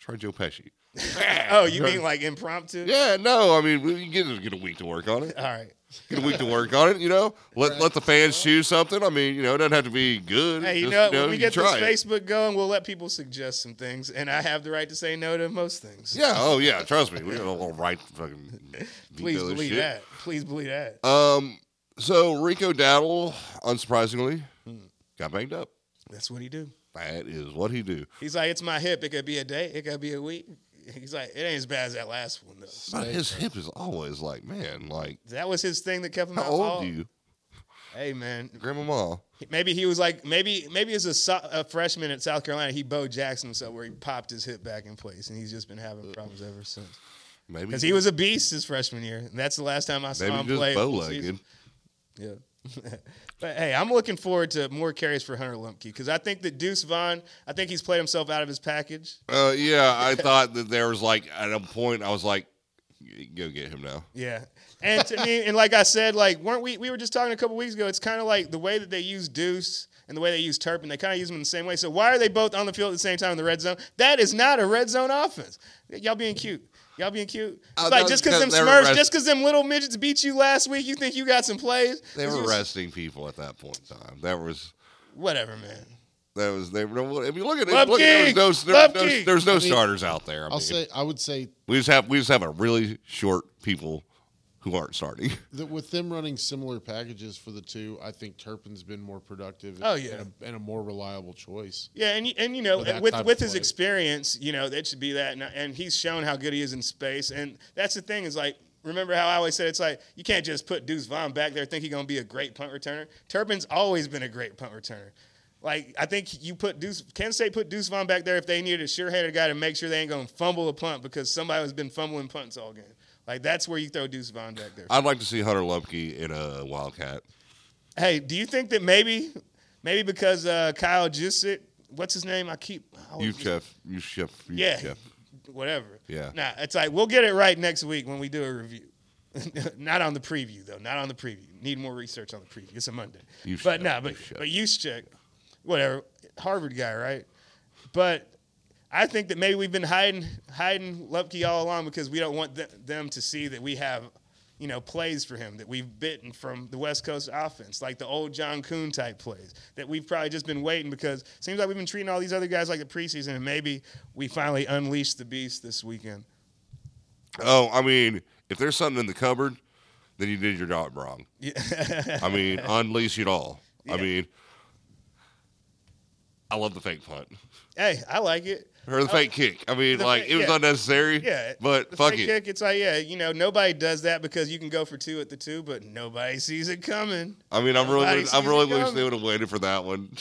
try Joe Pesci. Oh, you mean like impromptu? Yeah, no. I mean, we can get get a week to work on it. All right. Get a week to work on it. You know, let let the fans choose something. I mean, you know, it doesn't have to be good. Hey, you Just, know, when we you get this try it. Facebook going, we'll let people suggest some things, and I have the right to say no to most things. Yeah. Oh, yeah. Trust me. We're gonna all write fucking. Please veto this believe shit. that. Please believe that. Um. So Rico Dowdle, unsurprisingly, got banged up. That's what he do. That is what he do. He's like, it's my hip. It could be a day. It could be a week. He's like, it ain't as bad as that last one though. But his hip is always like, man, like That was his thing that kept him how out. old all- are you, Hey man, Grandmama? Maybe he was like maybe maybe as a, so- a freshman at South Carolina he Bo Jackson himself where he popped his hip back in place and he's just been having problems ever since Maybe because he was a beast his freshman year and that's the last time I saw maybe him play. just full bow legged. season. Yeah. but hey, I'm looking forward to more carries for Hunter Lumpke because I think that Deuce Vaughn I think he's played himself out of his package. Uh, yeah, I thought that there was like at a point I was like, go get him now. Yeah. And to me, and like I said, like weren't we we were just talking a couple weeks ago, it's kind of like the way that they use Deuce and the way they use Turpin, they kind of use them in the same way. So why are they both on the field at the same time in the red zone? That is not a red zone offense. Y'all being cute. Y'all being cute. It's Uh, like no, just because them they were Smurfs, res- just because them little midgets beat you last week, you think you got some plays? They This were was- arresting people at that point in time. That was Whatever, man. That was they. no- If you look at it, Lupke! look, there's no, there- Lupke! there's, there's no mean, starters out there. I I'll mean, say I would say we just have we just have a really short people who aren't starting. that with them running similar packages for the two, I think Turpin's been more productive. Oh, yeah. and a, and a more reliable choice. Yeah, and you- and you know, With that with type with of his play. experience, you know, that should be that, and, and he's shown how good he is in space, and that's the thing is like. Remember how I always said it's like you can't just put Deuce Vaughn back there think he's gonna be a great punt returner. Turpin's always been a great punt returner. Like I think you put Deuce, Kansas State put Deuce Vaughn back there if they needed a sure-headed guy to make sure they ain't gonna fumble a punt because somebody has been fumbling punts all game. Like that's where you throw Deuce Vaughn back there. I'd like to see Hunter Lupke in a Wildcat. Hey, do you think that maybe, maybe because uh, Kyle Jusic, what's his name? I keep I always- You chef, you chef, you Oh, Yeah. chef. Whatever. Yeah. Nah, it's like we'll get it right next week when we do a review. not on the preview though. Not on the preview. Need more research on the preview. It's a Monday. You but should. nah, but You should. but you check. Whatever. Harvard guy, right? But I think that maybe we've been hiding hiding Lupke all along because we don't want th- them to see that we have, you know, plays for him that we've bitten from the West Coast offense, like the old John Coon type plays that we've probably just been waiting because it seems like we've been treating all these other guys like the preseason and maybe we finally unleashed the beast this weekend. Oh, I mean, if there's something in the cupboard, then you did your job wrong. Yeah. I mean, unleash it all. I Yeah. mean, I love the fake punt hey, I like it. or the fake kick. I mean, Oh, the like fake- it was yeah. unnecessary. Yeah, but the fuck free it. Kick, it's like yeah, you know, nobody does that because you can go for two at the two, but nobody sees it coming. I mean, I'm Nobody really, I'm sees really it wish they coming. would have waited for that one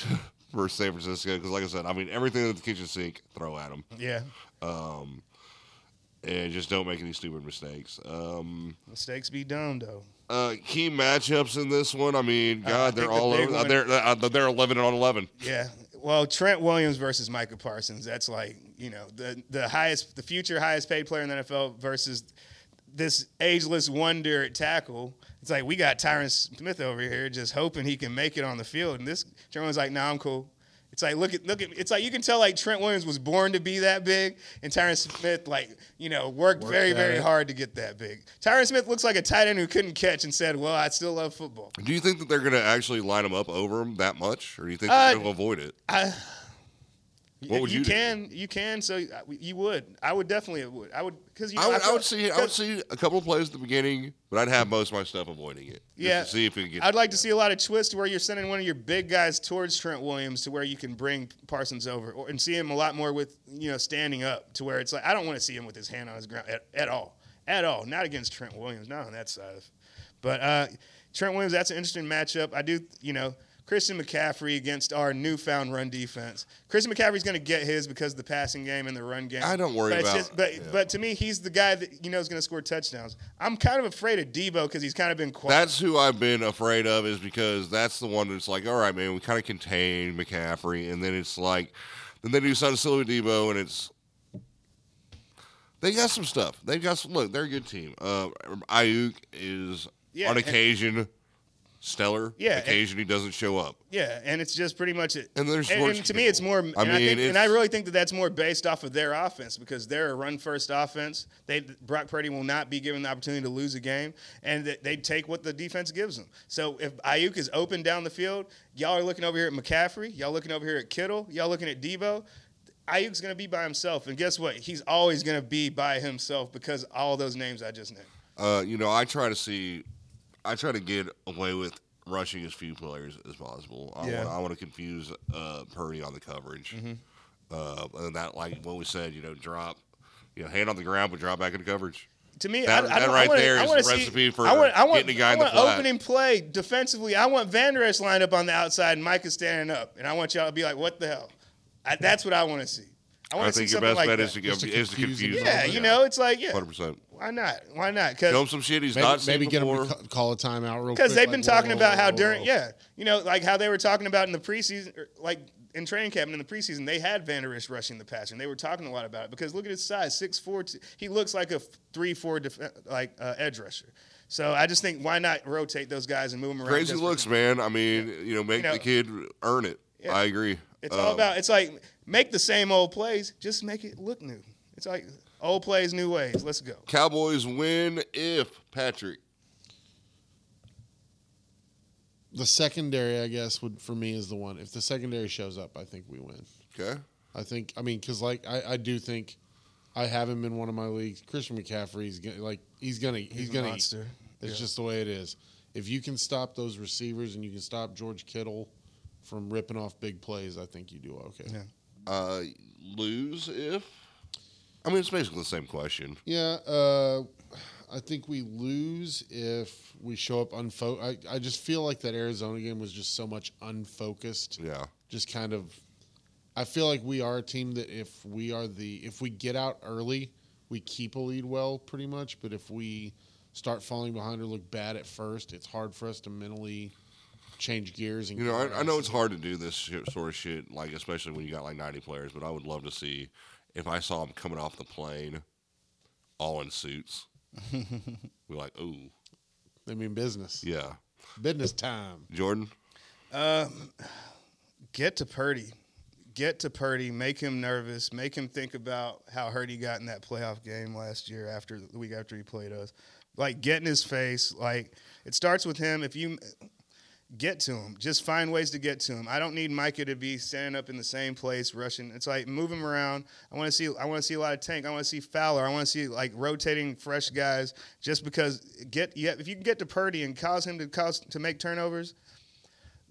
for San Francisco because, like I said, I mean, everything at the kitchen sink, throw at them, Yeah, and just don't make any stupid mistakes. Um, mistakes be dumb though. uh, key matchups in this one. I mean, God, I they're think the all big over. one- They're uh, they're 11 on 11. Yeah. Well, Trent Williams versus Micah Parsons. That's like you know the the highest, the future highest paid player in the NFL versus this ageless wonder at tackle. It's like we got Tyron Smith over here just hoping he can make it on the field, and this Trent Williams like, nah, I'm cool. It's like look at look at. It's like you can tell like Trent Williams was born to be that big, and Tyron Smith like you know worked, Worked very at very it. hard to get that big. Tyron Smith looks like a tight end who couldn't catch and said, "Well, I still love football." Do you think that they're going to actually line them up over them that much, or do you think Uh, they're going to avoid it? I. What would you do? can you can so uh, you would I would definitely would I would because you know, I would, I feel- would see I would see a couple of plays at the beginning, but I'd have most of my stuff avoiding it. just Yeah. to see if it gets. I'd like to see a lot of twists where you're sending one of your big guys towards Trent Williams to where you can bring Parsons over or, and see him a lot more with you know standing up to where it's like I don't want to see him with his hand on his ground at, at all at all not against Trent Williams not on that side of but uh, Trent Williams that's an interesting matchup I do you know Christian McCaffrey against our newfound run defense Christian McCaffrey's going to get his because of the passing game and the run game I don't worry but it's about- just- but yeah. but to me he's the guy that you know is going to score touchdowns I'm kind of afraid of Debo because he's kind of been quiet. That's who I've been afraid of, is because that's the one that's like, all right, man, we kind of contain McCaffrey, and then it's like, then they do something silly with Debo, and it's they got some stuff. They got some look. They're a good team. Uh, Ayuk is Yeah, on and- occasion stellar. Yeah, and- occasion he doesn't show up. Yeah, and it's just pretty much it. And there's and, worse and to me, it's more. people. And I I, mean, think, and it's- I really think that that's more based off of their offense because they're a run-first offense. They Brock Purdy will not be given the opportunity to lose a game, and that they take what the defense gives them. So if Ayuk is open down the field, y'all are looking over here at McCaffrey, y'all looking over here at Kittle, y'all looking at Debo. Ayuk's going to be by himself, and guess what? He's always going to be by himself because all those names I just named. Uh, you know, I try to see, I try to get away with rushing as few players as possible. I Yeah. Mm-hmm. want, I want to confuse uh, Purdy on the coverage, uh, and that like what we said, you know, drop, you know, hand on the ground but drop back in coverage. To me, That- I, I that don't, right I wanna, there I is wanna the see- recipe for I want, I want, getting a guy I in the want flat. opening play defensively. I want Van Der Esch lined up on the outside and Micah standing up, and I want y'all to be like, "What the hell?" I, that's what I want to see. I I, want to see think your something best like bet that. is to, go, Just to is to confuse confuse. him. yeah, you know, it's like, yeah, hundred percent. why not? Why not? Because Show him some shit he's Maybe, not seen maybe get him before. to ca- call a timeout real Because they've quick, like, been whoa, talking whoa, about whoa, how whoa, during, whoa. yeah, you know, like how they were talking about in the preseason, or, like in training camp and in the preseason, they had Vanderish rushing the passer, and they were talking a lot about it because look at his size, six four, two, he looks like a f- three four def- like uh, edge rusher. So I just think why not rotate those guys and move them around? Crazy just for- looks, man. I mean, you know, make You know- the kid earn it. Yeah. I agree. It's all Um, about. It's like make the same old plays, just make it look new. It's like old plays, new ways. Let's go. Cowboys win if Patrick. the secondary, I guess, would for me is the one. If the secondary shows up, I think we win. Okay. I think. I mean, because like I, I do think I have him in one of my leagues. Christian McCaffrey's gonna, like he's gonna he's, He's, a gonna. eat. monster. It's Yeah. just the way it is. If you can stop those receivers and you can stop George Kittle from ripping off big plays, I think you do okay. Yeah. Uh, lose if. I mean, it's basically the same question. Yeah, uh, I think we lose if we show up unfocused. I, I just feel like that Arizona game was just so much unfocused. Yeah. Just kind of, I feel like we are a team that if we are the if we get out early, we keep a lead well pretty much. But if we start falling behind or look bad at first, it's hard for us to mentally change gears. And You know, get our I, I know asses- it's hard to do this shit, sort of shit, like especially when you got like 90 players. But I would love to see if I saw them coming off the plane, all in suits. We're like, ooh, I mean, business, yeah, business time. Jordan. Um, get to Purdy. Get to Purdy. Make him nervous. Make him think about how hurt he got in that playoff game last year after the week after he played us. Like get in his face. Like it starts with him. If you get to him, just find ways to get to him. I don't need Micah to be standing up in the same place rushing. It's like move him around. I want to see. I want to see a lot of Tank. I want to see Fowler. I want to see like rotating fresh guys. Just because get yeah, if you can get to Purdy and cause him to cause to make turnovers,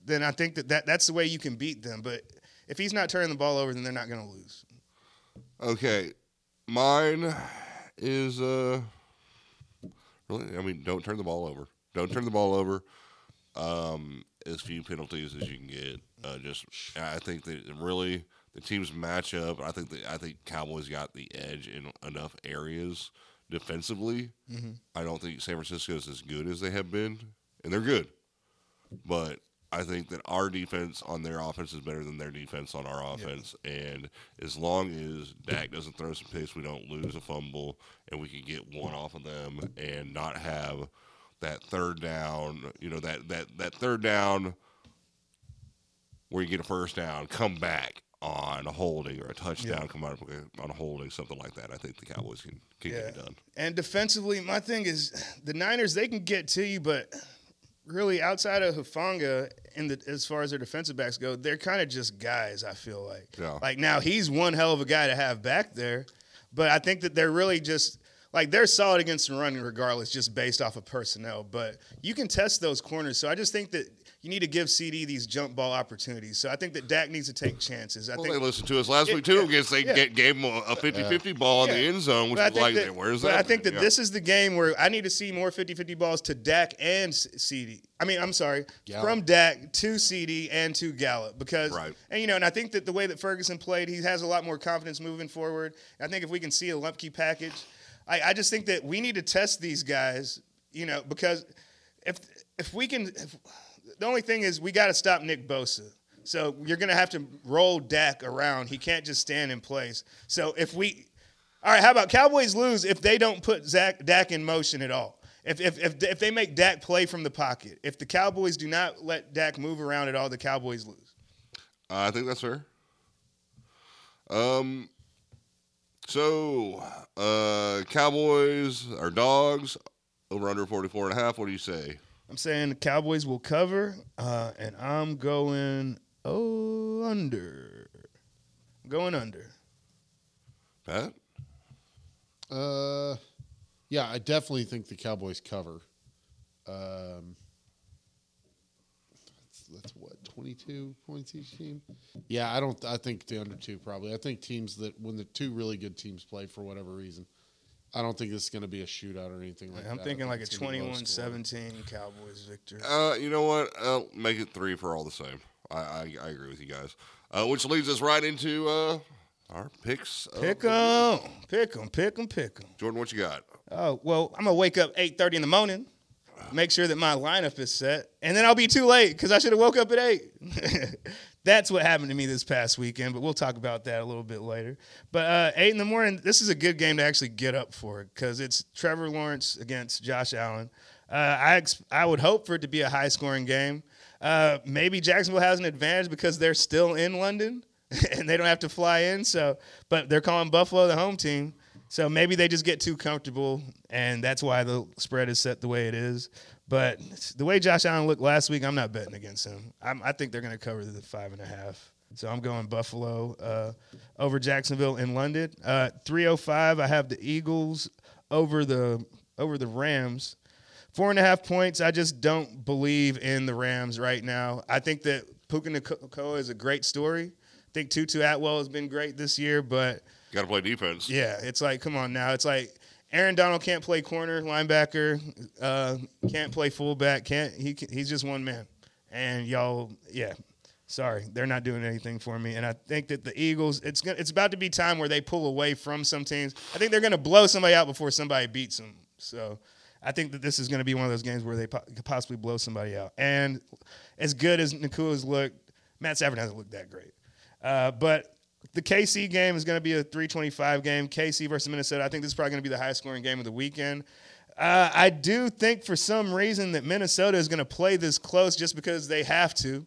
then I think that, that that's the way you can beat them. But if he's not turning the ball over, then they're not going to lose. Okay, mine is uh, really. I mean, don't turn the ball over. Don't turn the ball over. Um, as few penalties as you can get. Uh, just I think that really the teams match up. I think that I think Cowboys got the edge in enough areas defensively. I don't think San Francisco is as good as they have been, and they're good. But I think that our defense on their offense is better than their defense on our offense. And as long as Dak doesn't throw some picks, we don't lose a fumble, and we can get one off of them and not have that third down. You know that that that third down where you get a first down, come back on a holding or a touchdown, come out on a holding, something like that. I think the Cowboys can can get it Yeah. done. And defensively, my thing is the Niners they can get to you, but really outside of Hufanga and the, as far as their defensive backs go, they're kind of just guys. I feel like Yeah. like now he's one hell of a guy to have back there, but I think that they're really just. Like they're solid against the run, regardless, just based off of personnel. But you can test those corners. So I just think that you need to give CD these jump ball opportunities. So I think that Dak needs to take chances. I Well, think they listened to us last Yeah, week too yeah, because they yeah. get, gave them a 50 50 ball in the Yeah. end zone, which But I is think like, that, where's but that? I think been? that Yeah. this is the game where I need to see more 50-50 balls to Dak and C- CD. I mean, I'm sorry, Gallup. from Dak to CD and to Gallup because Right. and you know, and I think that the way that Ferguson played, he has a lot more confidence moving forward. I think if we can see a lumpy package, I, I just think that we need to test these guys, you know, because if if we can, if, the only thing is we got to stop Nick Bosa. So you're gonna have to roll Dak around. He can't just stand in place. So if we, all right, how about Cowboys lose if they don't put Zach Dak in motion at all? If, if, if, if they make Dak play from the pocket, if the Cowboys do not let Dak move around at all, the Cowboys lose. Uh, I think that's fair. Um, so, uh, Cowboys are dogs over under 44 and a half. What do you say? I'm saying the Cowboys will cover, uh, and I'm going oh under. Going under. Pat? Uh, yeah, I definitely think the Cowboys cover. Um, that's, that's what twenty-two points each team. Yeah, I don't. I think the under two probably. I think teams that when the two really good teams play for whatever reason, I don't think this is going to be a shootout or anything like that. I'm I thinking think like a it's gonna be low 21 scoring. 17 Cowboys victory. Uh, you know what? Uh, make it three for all the same. I, I, I agree with you guys. Uh, which leads us right into uh, our picks. of Pick the- 'em, pick 'em, pick 'em, pick 'em. Jordan, what you got? Oh well, I'm gonna wake up 8:30 in the morning, make sure that my lineup is set, and then I'll be too late because I should have woke up at eight. That's what happened to me this past weekend, but we'll talk about that a little bit later. But uh, eight in the morning, this is a good game to actually get up for because it's Trevor Lawrence against Josh Allen. Uh, I ex- I would hope for it to be a high scoring game. Uh, maybe Jacksonville has an advantage because they're still in London and they don't have to fly in. So, but they're calling Buffalo the home team. So maybe they just get too comfortable, and that's why the spread is set the way it is. But the way Josh Allen looked last week, I'm not betting against him. I'm, I think they're going to cover the five and a half. So I'm going Buffalo uh, over Jacksonville in London. Uh, 305. I have the Eagles over the over the Rams. Four and a half points. I just don't believe in the Rams right now. I think that Puka Nacua is a great story. I think Tutu Atwell has been great this year, but Got to play defense. yeah, it's like, come on now. It's like Aaron Donald can't play corner, linebacker, uh, can't play fullback, can't he? Can, he's just one man, and y'all, yeah. Sorry, they're not doing anything for me, and I think that the Eagles. It's gonna, it's about to be time where they pull away from some teams. I think they're going to blow somebody out before somebody beats them. So, I think that this is going to be one of those games where they po- could possibly blow somebody out. And as good as Nakua's looked, Matt Stafford hasn't looked that great. Uh, but the KC game is going to be a 325 game. KC versus Minnesota. I think this is probably going to be the highest scoring game of the weekend. Uh, I do think for some reason that Minnesota is going to play this close just because they have to.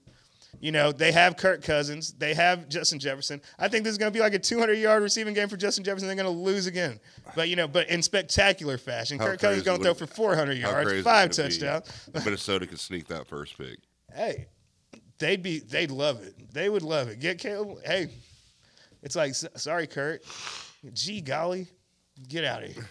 You know, they have Kirk Cousins, they have Justin Jefferson. I think this is going to be like a 200 yard receiving game for Justin Jefferson. They're going to lose again, but you know, but in spectacular fashion. How Kirk Cousins is crazy going to would throw it- for 400 How crazy yards, would five it be touchdowns. if Minnesota could sneak that first pick. hey, they'd be they'd love it. They would love it. Get Caleb. Hey, it's like s- sorry, Kurt. Gee golly, get out of here.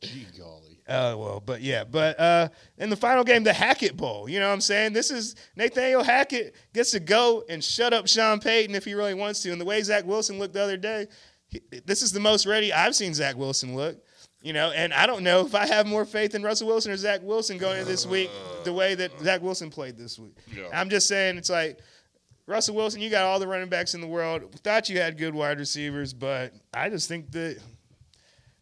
Gee golly. Uh, well, but yeah, but uh, in the final game, the Hackett Bowl. You know what I'm saying? This is Nathaniel Hackett gets to go and shut up Sean Payton if he really wants to. And the way Zach Wilson looked the other day, he, this is the most ready I've seen Zach Wilson look. You know, and I don't know if I have more faith in Russell Wilson or Zach Wilson going into this week the way that Zach Wilson played this week. Yeah. I'm just saying, it's like Russell Wilson, you got all the running backs in the world. Thought you had good wide receivers, but I just think that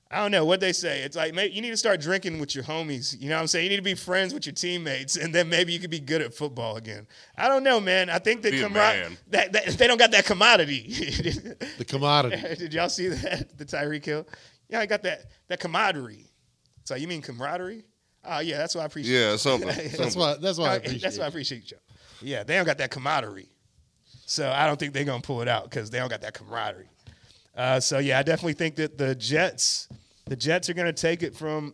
I don't know what they say. It's like maybe you need to start drinking with your homies. You know what I'm saying? You need to be friends with your teammates, and then maybe you could be good at football again. I don't know, man. I think that Be a camar- man. that, that they don't got that commodity. The commodity. Did y'all see that the Tyreek Hill? Yeah, I got that that camaraderie. So you mean camaraderie? Oh yeah, that's what I appreciate. Yeah, something. something. That's why. That's why I Uh, appreciate. That's why I it. appreciate you. Yeah, they don't got that camaraderie. So I don't think they're gonna pull it out because they don't got that camaraderie. Uh, so yeah, I definitely think that the Jets, the Jets are gonna take it from.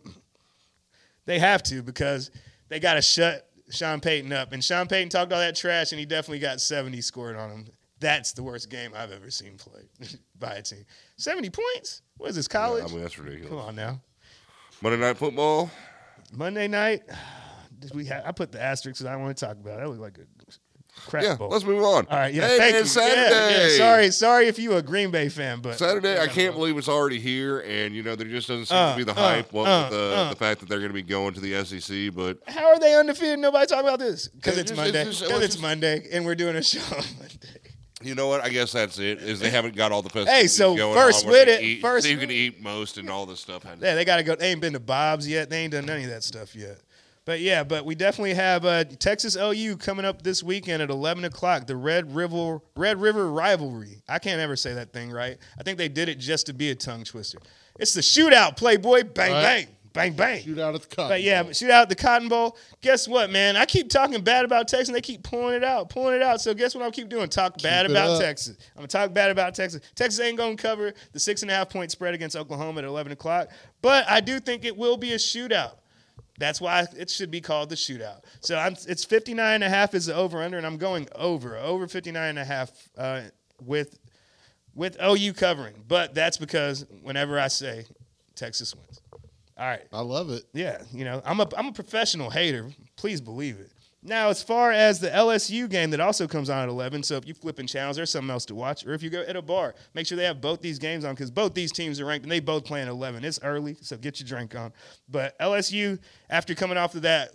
They have to because they got to shut Sean Payton up, and Sean Payton talked all that trash, and he definitely got seventy scored on him. That's the worst game I've ever seen played by a team. Seventy points? What is this Yeah, college? I mean, that's Come ridiculous. on now. Monday Night Football. Monday night, did we? Ha- I put the asterisk because I want to talk about. it. That looked like a crap Yeah, bowl. let's move on. All right, yeah, Hey, thank man, you. Saturday. Yeah, yeah, sorry, sorry if you a Green Bay fan, but Saturday, I can't believe it's already here, and you know there just doesn't seem Uh, to be the uh, hype. What uh, with the, uh. the fact that they're going to be going to the SEC, but How are they undefeated? Nobody talking about this because It's it's just- Monday. it's just- Because it's it's, just- Monday, and we're doing a show on Monday. you know what? I guess that's it. Is they haven't got all the festivities. Hey, so going first on where with they it, eat- first see who with can eat most and all this stuff. Yeah, they gotta go. They ain't been to Bob's yet. They ain't done none of that stuff yet. But yeah, but we definitely have uh, Texas OU coming up this weekend at eleven o'clock. The Red River Red River rivalry. I can't ever say that thing right. I think they did it just to be a tongue twister. It's the shootout, Playboy. Bang All right. bang bang bang. Shoot out at the cut. But yeah, but shoot out the Cotton Bowl. Guess what, man? I keep talking bad about Texas, and they keep pulling it out, pulling it out. So guess what? I keep doing talk bad it about up. Texas. I'm gonna talk bad about Texas. Texas ain't gonna cover the six and a half point spread against Oklahoma at 11 o'clock. But I do think it will be a shootout. That's why it should be called the shootout. So I'm, it's 59 and a half is the over under, and I'm going over over 59 and a half uh, with with OU covering. But that's because whenever I say Texas wins. All right. I love it. Yeah, you know, I'm a I'm a professional hater. Please believe it. Now, as far as the LSU game that also comes on at 11, so if you flipping channels, there's something else to watch. Or if you go at a bar, make sure they have both these games on because both these teams are ranked and they both play at 11. It's early, so get your drink on. But LSU, after coming off of that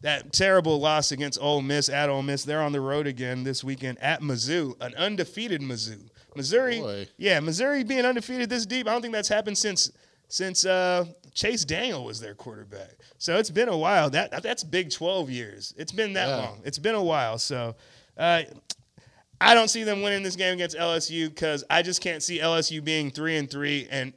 that terrible loss against Ole Miss at Ole Miss, they're on the road again this weekend at Mizzou, an undefeated Mizzou. Missouri, Boy. yeah, Missouri being undefeated this deep, I don't think that's happened since since uh, Chase Daniel was their quarterback. So it's been a while. That that's Big Twelve years. It's been that Yeah. long. It's been a while. So uh, I don't see them winning this game against LSU because I just can't see LSU being three and three and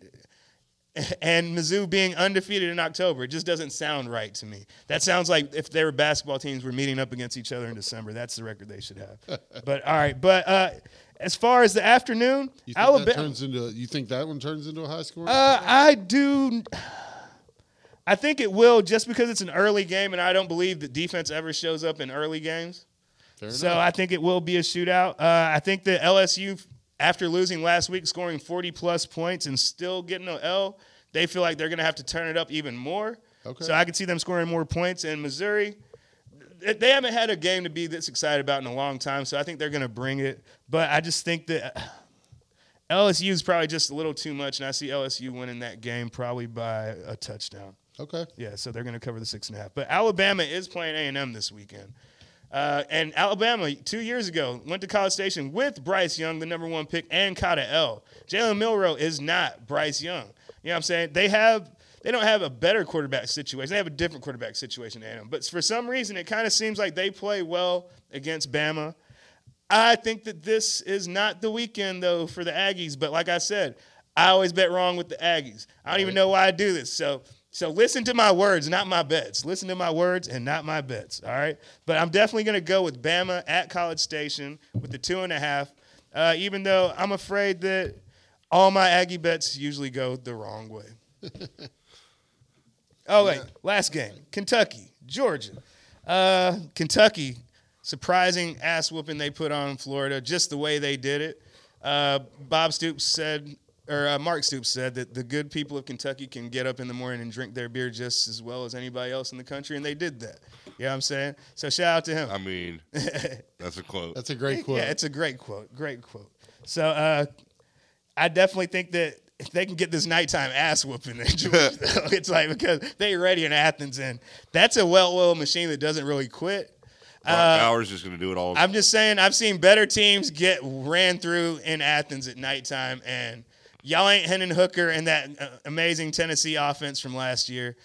and Mizzou being undefeated in October. It just doesn't sound right to me. That sounds like if their basketball teams were meeting up against each other in December. That's the record they should have. but all right, but uh, As far as the afternoon, You think that Alabama. turns into you think that one turns into a high score? Uh, I do. I think it will just because it's an early game, and I don't believe that defense ever shows up in early games. Fair So enough. I think it will be a shootout. Uh, I think that LSU, after losing last week, scoring 40 plus points and still getting an L, they feel like they're going to have to turn it up even more. Okay. So I could see them scoring more points. And Missouri, th- they haven't had a game to be this excited about in a long time. So I think they're going to bring it. But I just think that LSU is probably just a little too much. And I see LSU winning that game probably by a touchdown. okay. Yeah, so they're going to cover the six and a half. But Alabama is playing A and M this weekend, uh, and Alabama two years ago went to College Station with Bryce Young, the number one pick, and caught a L. Jalen Milrow is not Bryce Young. You know what I'm saying? They have they don't have a better quarterback situation. They have a different quarterback situation than them. But for some reason, it kind of seems like they play well against Bama. I think that this is not the weekend though for the Aggies. But like I said, I always bet wrong with the Aggies. I don't even know why I do this. So so listen to my words, not my bets. Listen to my words and not my bets. All right. But I'm definitely gonna go with Bama at College Station with the two and a half. Uh, even though I'm afraid that all my Aggie bets usually go the wrong way. Oh wait, last game, Kentucky, Georgia. Uh, Kentucky, surprising ass whooping they put on Florida, just the way they did it. Uh, Bob Stoops said, or uh, Mark Stoops said that the good people of Kentucky can get up in the morning and drink their beer just as well as anybody else in the country, and they did that. You know what I'm saying? So shout out to him. I mean, that's a quote. That's a great quote. Yeah, it's a great quote. Great quote. So uh, I definitely think that if they can get this nighttime ass whooping, in Georgia, though, it's like because they ready in Athens, and that's a well-oiled machine that doesn't really quit. Brock Bowers just going to do it all. I'm just saying, I've seen better teams get ran through in Athens at nighttime, and y'all ain't Hennon Hooker and that uh, amazing Tennessee offense from last year.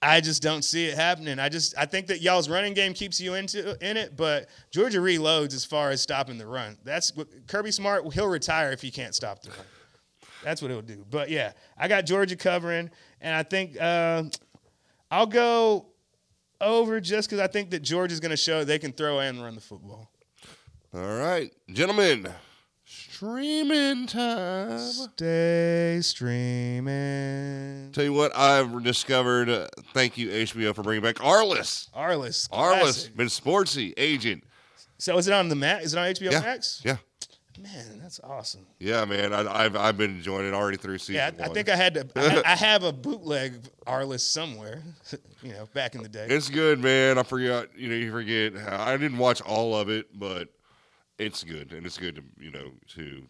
I just don't see it happening. I just I think that y'all's running game keeps you into in it, but Georgia reloads as far as stopping the run. That's what Kirby Smart. He'll retire if he can't stop the run. That's what it'll do. But yeah, I got Georgia covering, and I think uh, I'll go over just because I think that Georgia's going to show they can throw and run the football. all right, gentlemen, streaming time. Stay streaming. Tell you what, I've discovered. Uh, thank you HBO for bringing back Arliss. Arliss. Arliss, classic. been sportsy agent. So is it on the Max? Is it on HBO Yeah, Max? yeah, Man, that's awesome. yeah, man. I, I've I've been enjoying it already through season Yeah, I, I one. think I had to. I, I have a bootleg Arliss somewhere, you know, back in the day. It's good, man. I forgot, you know, you forget. I didn't watch all of it, but it's good, and it's good to, you know, to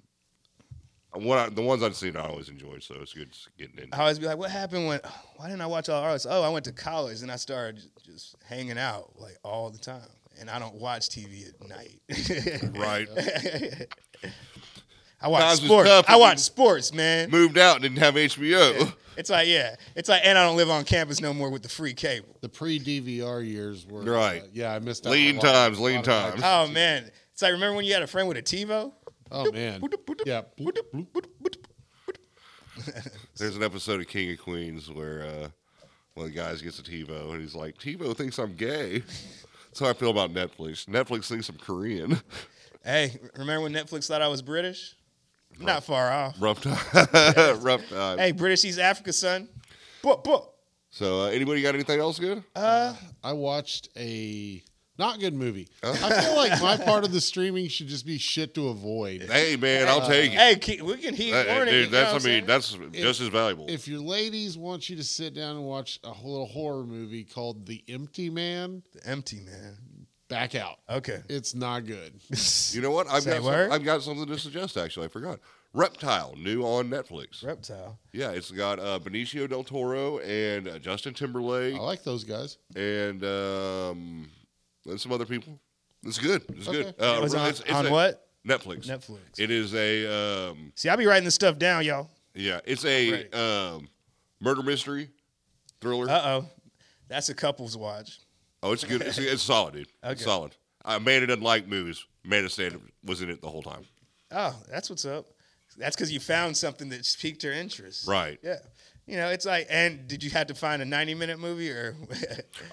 what I, the ones I've seen, I always enjoyed. So it's good getting in. I always be like, what happened when, why didn't I watch all Arliss? Oh, I went to college and I started j- just hanging out like all the time. And I don't watch TV at night. Right, I watch Times was sports. tough. I watch sports, man. moved out, didn't have HBO. It's like, yeah. It's like, and I don't live on campus no more with the free cable. the pre DVR years were Right. uh, yeah, I missed out. on a Lean lot- times, a lean lot of times. hype. Oh man, it's like remember when you had a friend with a TiVo? Oh man. Yeah. There's an episode of King of Queens where uh, one of the guys gets a TiVo, and he's like, TiVo thinks I'm gay. That's how I feel about Netflix. Netflix thinks I'm Korean. Hey, remember when Netflix thought I was British? Not far off. Rough time. Rough time. Hey, British East Africa, son. Book, book. So, uh, anybody got anything else good? I watched a not good movie. Oh. I feel like my part of the streaming should just be shit to avoid. hey, man, I'll take it. Hey, ke- we can heat That- warning. dude, you know that's what I mean, I'm that's just as valuable. If your ladies want you to sit down and watch a whole little horror movie called The Empty Man, saying? empty, man. back out. Oh. Okay. It's not good. you know what? I've Say got some- word? I've got something to suggest. Actually, I forgot. Reptile, new on Netflix. Reptile. Yeah, it's got uh, Benicio del Toro and uh, Justin Timberlake I like those guys. and um, and some other people. It's good. It's Okay. good. Uh, it was really- on, it's- it's on a- what? Netflix. Netflix. It is a um, See, I be writing this stuff down, y'all. yeah, it's a Right. um, murder mystery thriller. Uh oh, that's a couple's watch. oh, it's good. It's, it's solid, dude. Okay. It's solid. Uh, Amanda doesn't like movies. Amanda said was in it the whole time. Oh, that's what's up. That's because you found something that piqued her interest. Right. Yeah. You know, it's like, and did you have to find a 90 minute movie or?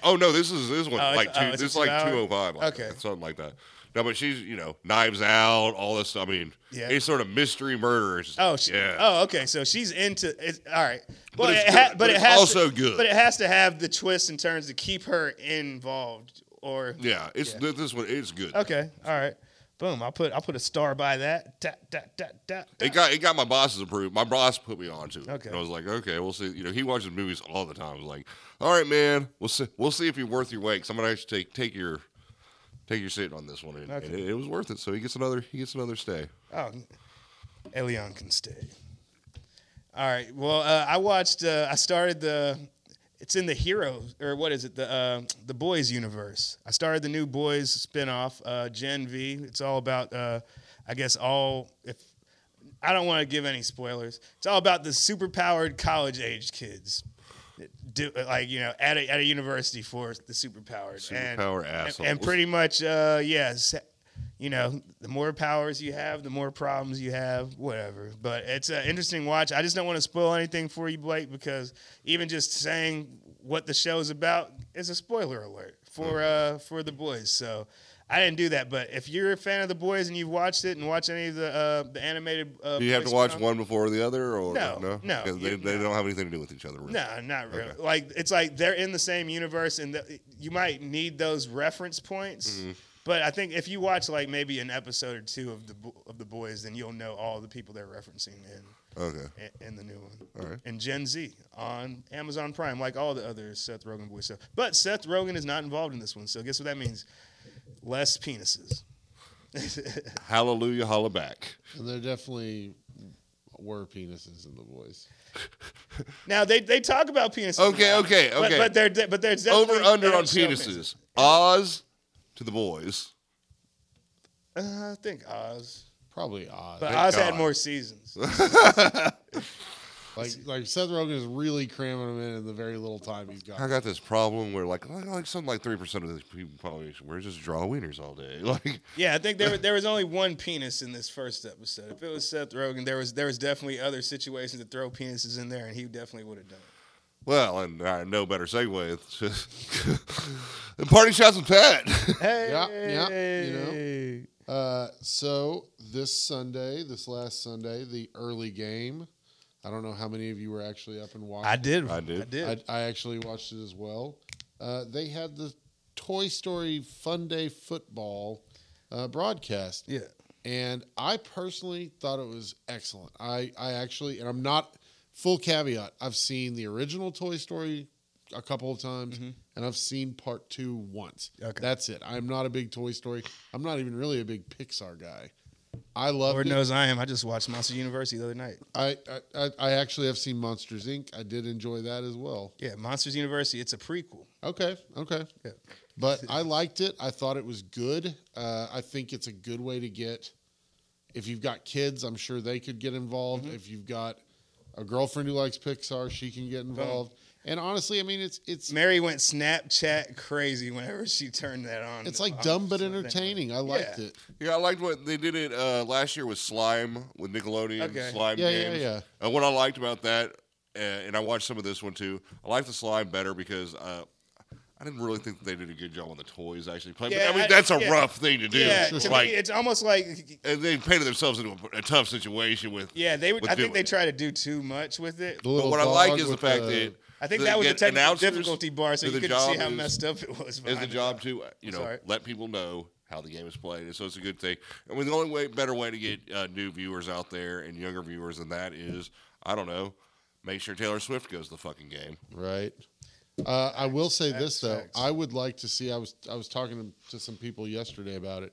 Oh no, this is this one Oh, it's- like two. oh, this it's a is like two-hour? two oh five. Okay. something like that. No, but she's you know knives out, all this. I mean, Yeah. any sort of mystery murderers. Oh, she, yeah. oh, okay. So she's into it. All right, well, it's it ha- good, but, but it it's has also to, good. But it has to have the twists and turns to keep her involved. Or Yeah, it's Yeah. th- this one. It's good. okay, all right, boom. I'll put I'll put a star by that. Da, da, da, da, da. It got it got my boss's approved. My boss put me on to it. Okay. And I was like, okay, we'll see. You know, he watches movies all the time. I was like, all right, man, we'll see. We'll see if you're worth your weight. 'Cause I'm gonna actually take take your take your sit on this one. And, Okay. and it, it was worth it. So he gets another he gets another stay. Oh, Elion can stay. All right. Well, uh, I watched. Uh, I started the. It's in the heroes or what is it? The uh, the boys universe. I started the new boys spinoff, uh, Gen V. It's all about. Uh, I guess all if. I don't want to give any spoilers. It's all about the superpowered college age kids, that do, like you know, at a, at a university for the superpowered and- Superpower and, assholes. and pretty much, uh, yes, you know, the more powers you have, the more problems you have, whatever. But it's an interesting watch. I just don't want to spoil anything for you, Blake, because even just saying what the show's about is a spoiler alert for Mm-hmm. uh, for the boys. So I didn't do that. But if you're a fan of the boys and you've watched it and watched any of the uh, the animated, uh, Do you have Boys to watch spin-off- one before the other, or No, no, 'Cause they, you- they no. don't have anything to do with each other. Really. No, not really. Like it's like they're in the same universe, and the, you might need those reference points. Mm-hmm. But I think if you watch like maybe an episode or two of the Bo- of the boys, then you'll know all the people they're referencing in Okay. in, in the new one. All right. And Gen Z on Amazon Prime, like all the other Seth Rogen boys. So, but Seth Rogen is not involved in this one. So guess what that means? Less penises. Hallelujah, holla back. And there definitely were penises in the boys. Now they, they talk about penises. a Okay, lot, okay, but- okay. But, they're de- but there's Over definitely- they under don't on show penises. penises. Oz to the boys. Uh, I think Oz, Probably odd. but Thank Oz God. had more seasons. like like Seth Rogen is really cramming them in in the very little time he's I got. got this problem where like like, like something like three percent of the people population we're just draw wieners all day. Like Yeah, I think there there was only one penis in this first episode. If it was Seth Rogen, there was there was definitely other situations to throw penises in there, and he definitely would have done it. Well, and I no better segue. It's just- and party shots with Pat. Hey, Yeah, yeah, you know. Uh, so this Sunday, this last Sunday, the early game. I don't know how many of you were actually up and watching. did, I did. I did. I, I actually watched it as well. Uh, they had the Toy Story Fun Day football uh, broadcast. yeah, and I personally thought it was excellent. I, I actually, and I'm not full caveat. I've seen the original Toy Story a couple of times, and I've seen part two once. Okay. that's it. I'm not a big Toy Story. I'm not even really a big Pixar guy. I love Lord it. knows I am. I just watched Monster University the other night. I, I- I I actually have seen Monsters Inc. I did enjoy that as well. Yeah, Monsters University. It's a prequel. Okay, okay. Yeah. But I liked it. I thought it was good. Uh, I think it's a good way to get. If you've got kids, I'm sure they could get involved. Mm-hmm. If you've got a girlfriend who likes Pixar, she can get involved. And honestly, I mean, it's it's Mary went Snapchat crazy whenever she turned that on. it's like on dumb but something. entertaining. I liked Yeah. it. Yeah, I liked what they did it uh, last year with Slime with Nickelodeon Okay. Slime Yeah, yeah, games. yeah. And what I liked about that, uh, and I watched some of this one too. I liked the Slime better because uh, I didn't really think they did a good job on the toys actually playing. Yeah, but, I mean, I- that's a yeah. rough thing to do. Yeah, It's to like, me, it's almost like and they painted themselves into a, a tough situation with. yeah, they. would with I think doing they it. try to do too much with it. The But little what I like dog is the with fact that I think they that was the get technical announcers difficulty bar, so who you the could see job how is- messed up it was. is the behind it. job to uh, you It's know all right. let people know how the game is played, and so it's a good thing. I mean, the only way, better way to get uh, new viewers out there and younger viewers than that is, I don't know, make sure Taylor Swift goes to the fucking game. Right. Uh, I will say Facts, this though. facts. I would like to see. I was I was talking to, to some people yesterday about it.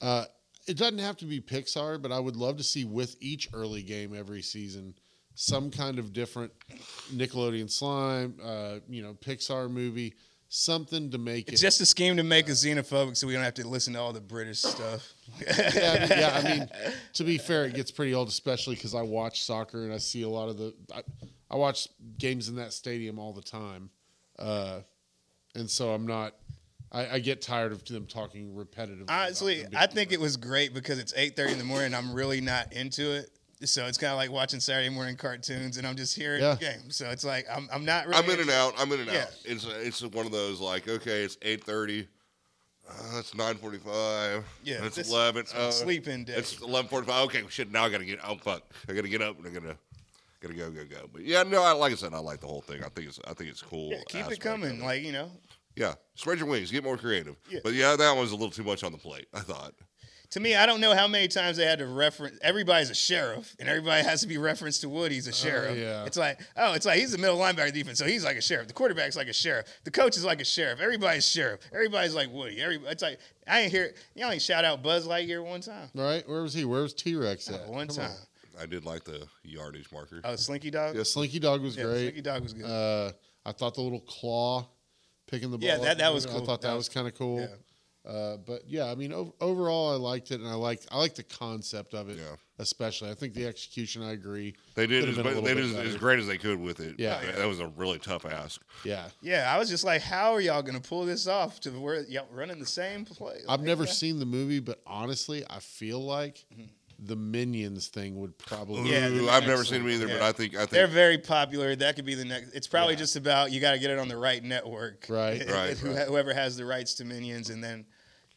Uh, it doesn't have to be Pixar, but I would love to see with each early game every season some kind of different Nickelodeon slime, uh, you know, Pixar movie, something to make It's it. just a scheme to make us xenophobic so we don't have to listen to all the British stuff. yeah, I mean, yeah, I mean, to be fair, it gets pretty old, especially because I watch soccer and I see a lot of the. I, I watch games in that stadium all the time, uh, and so I'm not. I, I get tired of them talking repetitively. about Honestly, them being- I think it was great because it's 8.30 in the morning and I'm really not into it. So it's kind of like watching Saturday morning cartoons and I'm just hearing Yeah. the game. So it's like I'm, I'm not really I'm in and out. uh, I'm in and Yeah. out. It's it's one of those like okay, it's eight thirty. Uh, it's nine forty-five. Yeah, it's this- eleven. it's my uh, sleep-in day. It's eleven forty-five. Okay, shit. Now I gotta get. Oh fuck! I gotta get up and I gotta gotta go go go. But yeah, no. I like I said, I like the whole thing. I think it's I think it's cool. Yeah, keep it aspect of coming. Like, you know, yeah, spread your wings. Get more creative. Yeah. But yeah, that one's a little too much on the plate. I thought. to me, I don't know how many times they had to reference. Everybody's a sheriff, and everybody has to be referenced to Woody's a sheriff. Oh, yeah. It's like, oh, it's like he's the middle linebacker defense, so he's like a sheriff. The quarterback's like a sheriff. The coach is like a sheriff. Everybody's sheriff. Everybody's like Woody. Every it's like I ain't hear y'all ain't shout out Buzz Lightyear one time. Right? Where was he? Where was T Rex at? One Come on. time. I did like the yardage marker. Uh, Oh, Slinky Dog. Yeah, Slinky Dog was Yeah, great. Slinky Dog was good. Uh, I thought the little claw picking the ball. Yeah, up that- and that was moving, I cool. thought that, That was was- kind of cool. Uh, but yeah, I mean, ov- overall, I liked it, and I like I like the concept of it, Yeah. especially. I think the execution, I agree. They did Could've as, been a mu- little they bit did as, better. as great as they could with it. Yeah. But that was a really tough ask. Yeah, yeah, I was just like, how are y'all gonna pull this off to where y'all running the same play? I've Like, never yeah. Mm-hmm. seen the movie, but honestly, I feel like the Minions thing would probably. Yeah, Ooh, the I've next never seen them one. either, but Yeah. I think I think They're very popular. That could be the next. It's probably Yeah. just about you got to get it on the right network, Right. Right, Who- right. Whoever has the rights to Minions, and then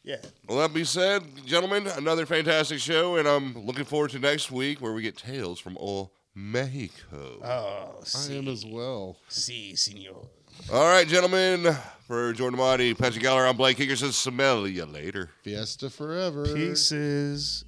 yeah, Well, that being said, gentlemen, another fantastic show, and I'm looking forward to next week where we get tales from old Mexico. Uh, oh, I see, am as well. si, senor. All right, gentlemen, for Jordan Amati, Patrick Galler, I'm Blake Higginson. Smell you later. Fiesta forever. Pieces.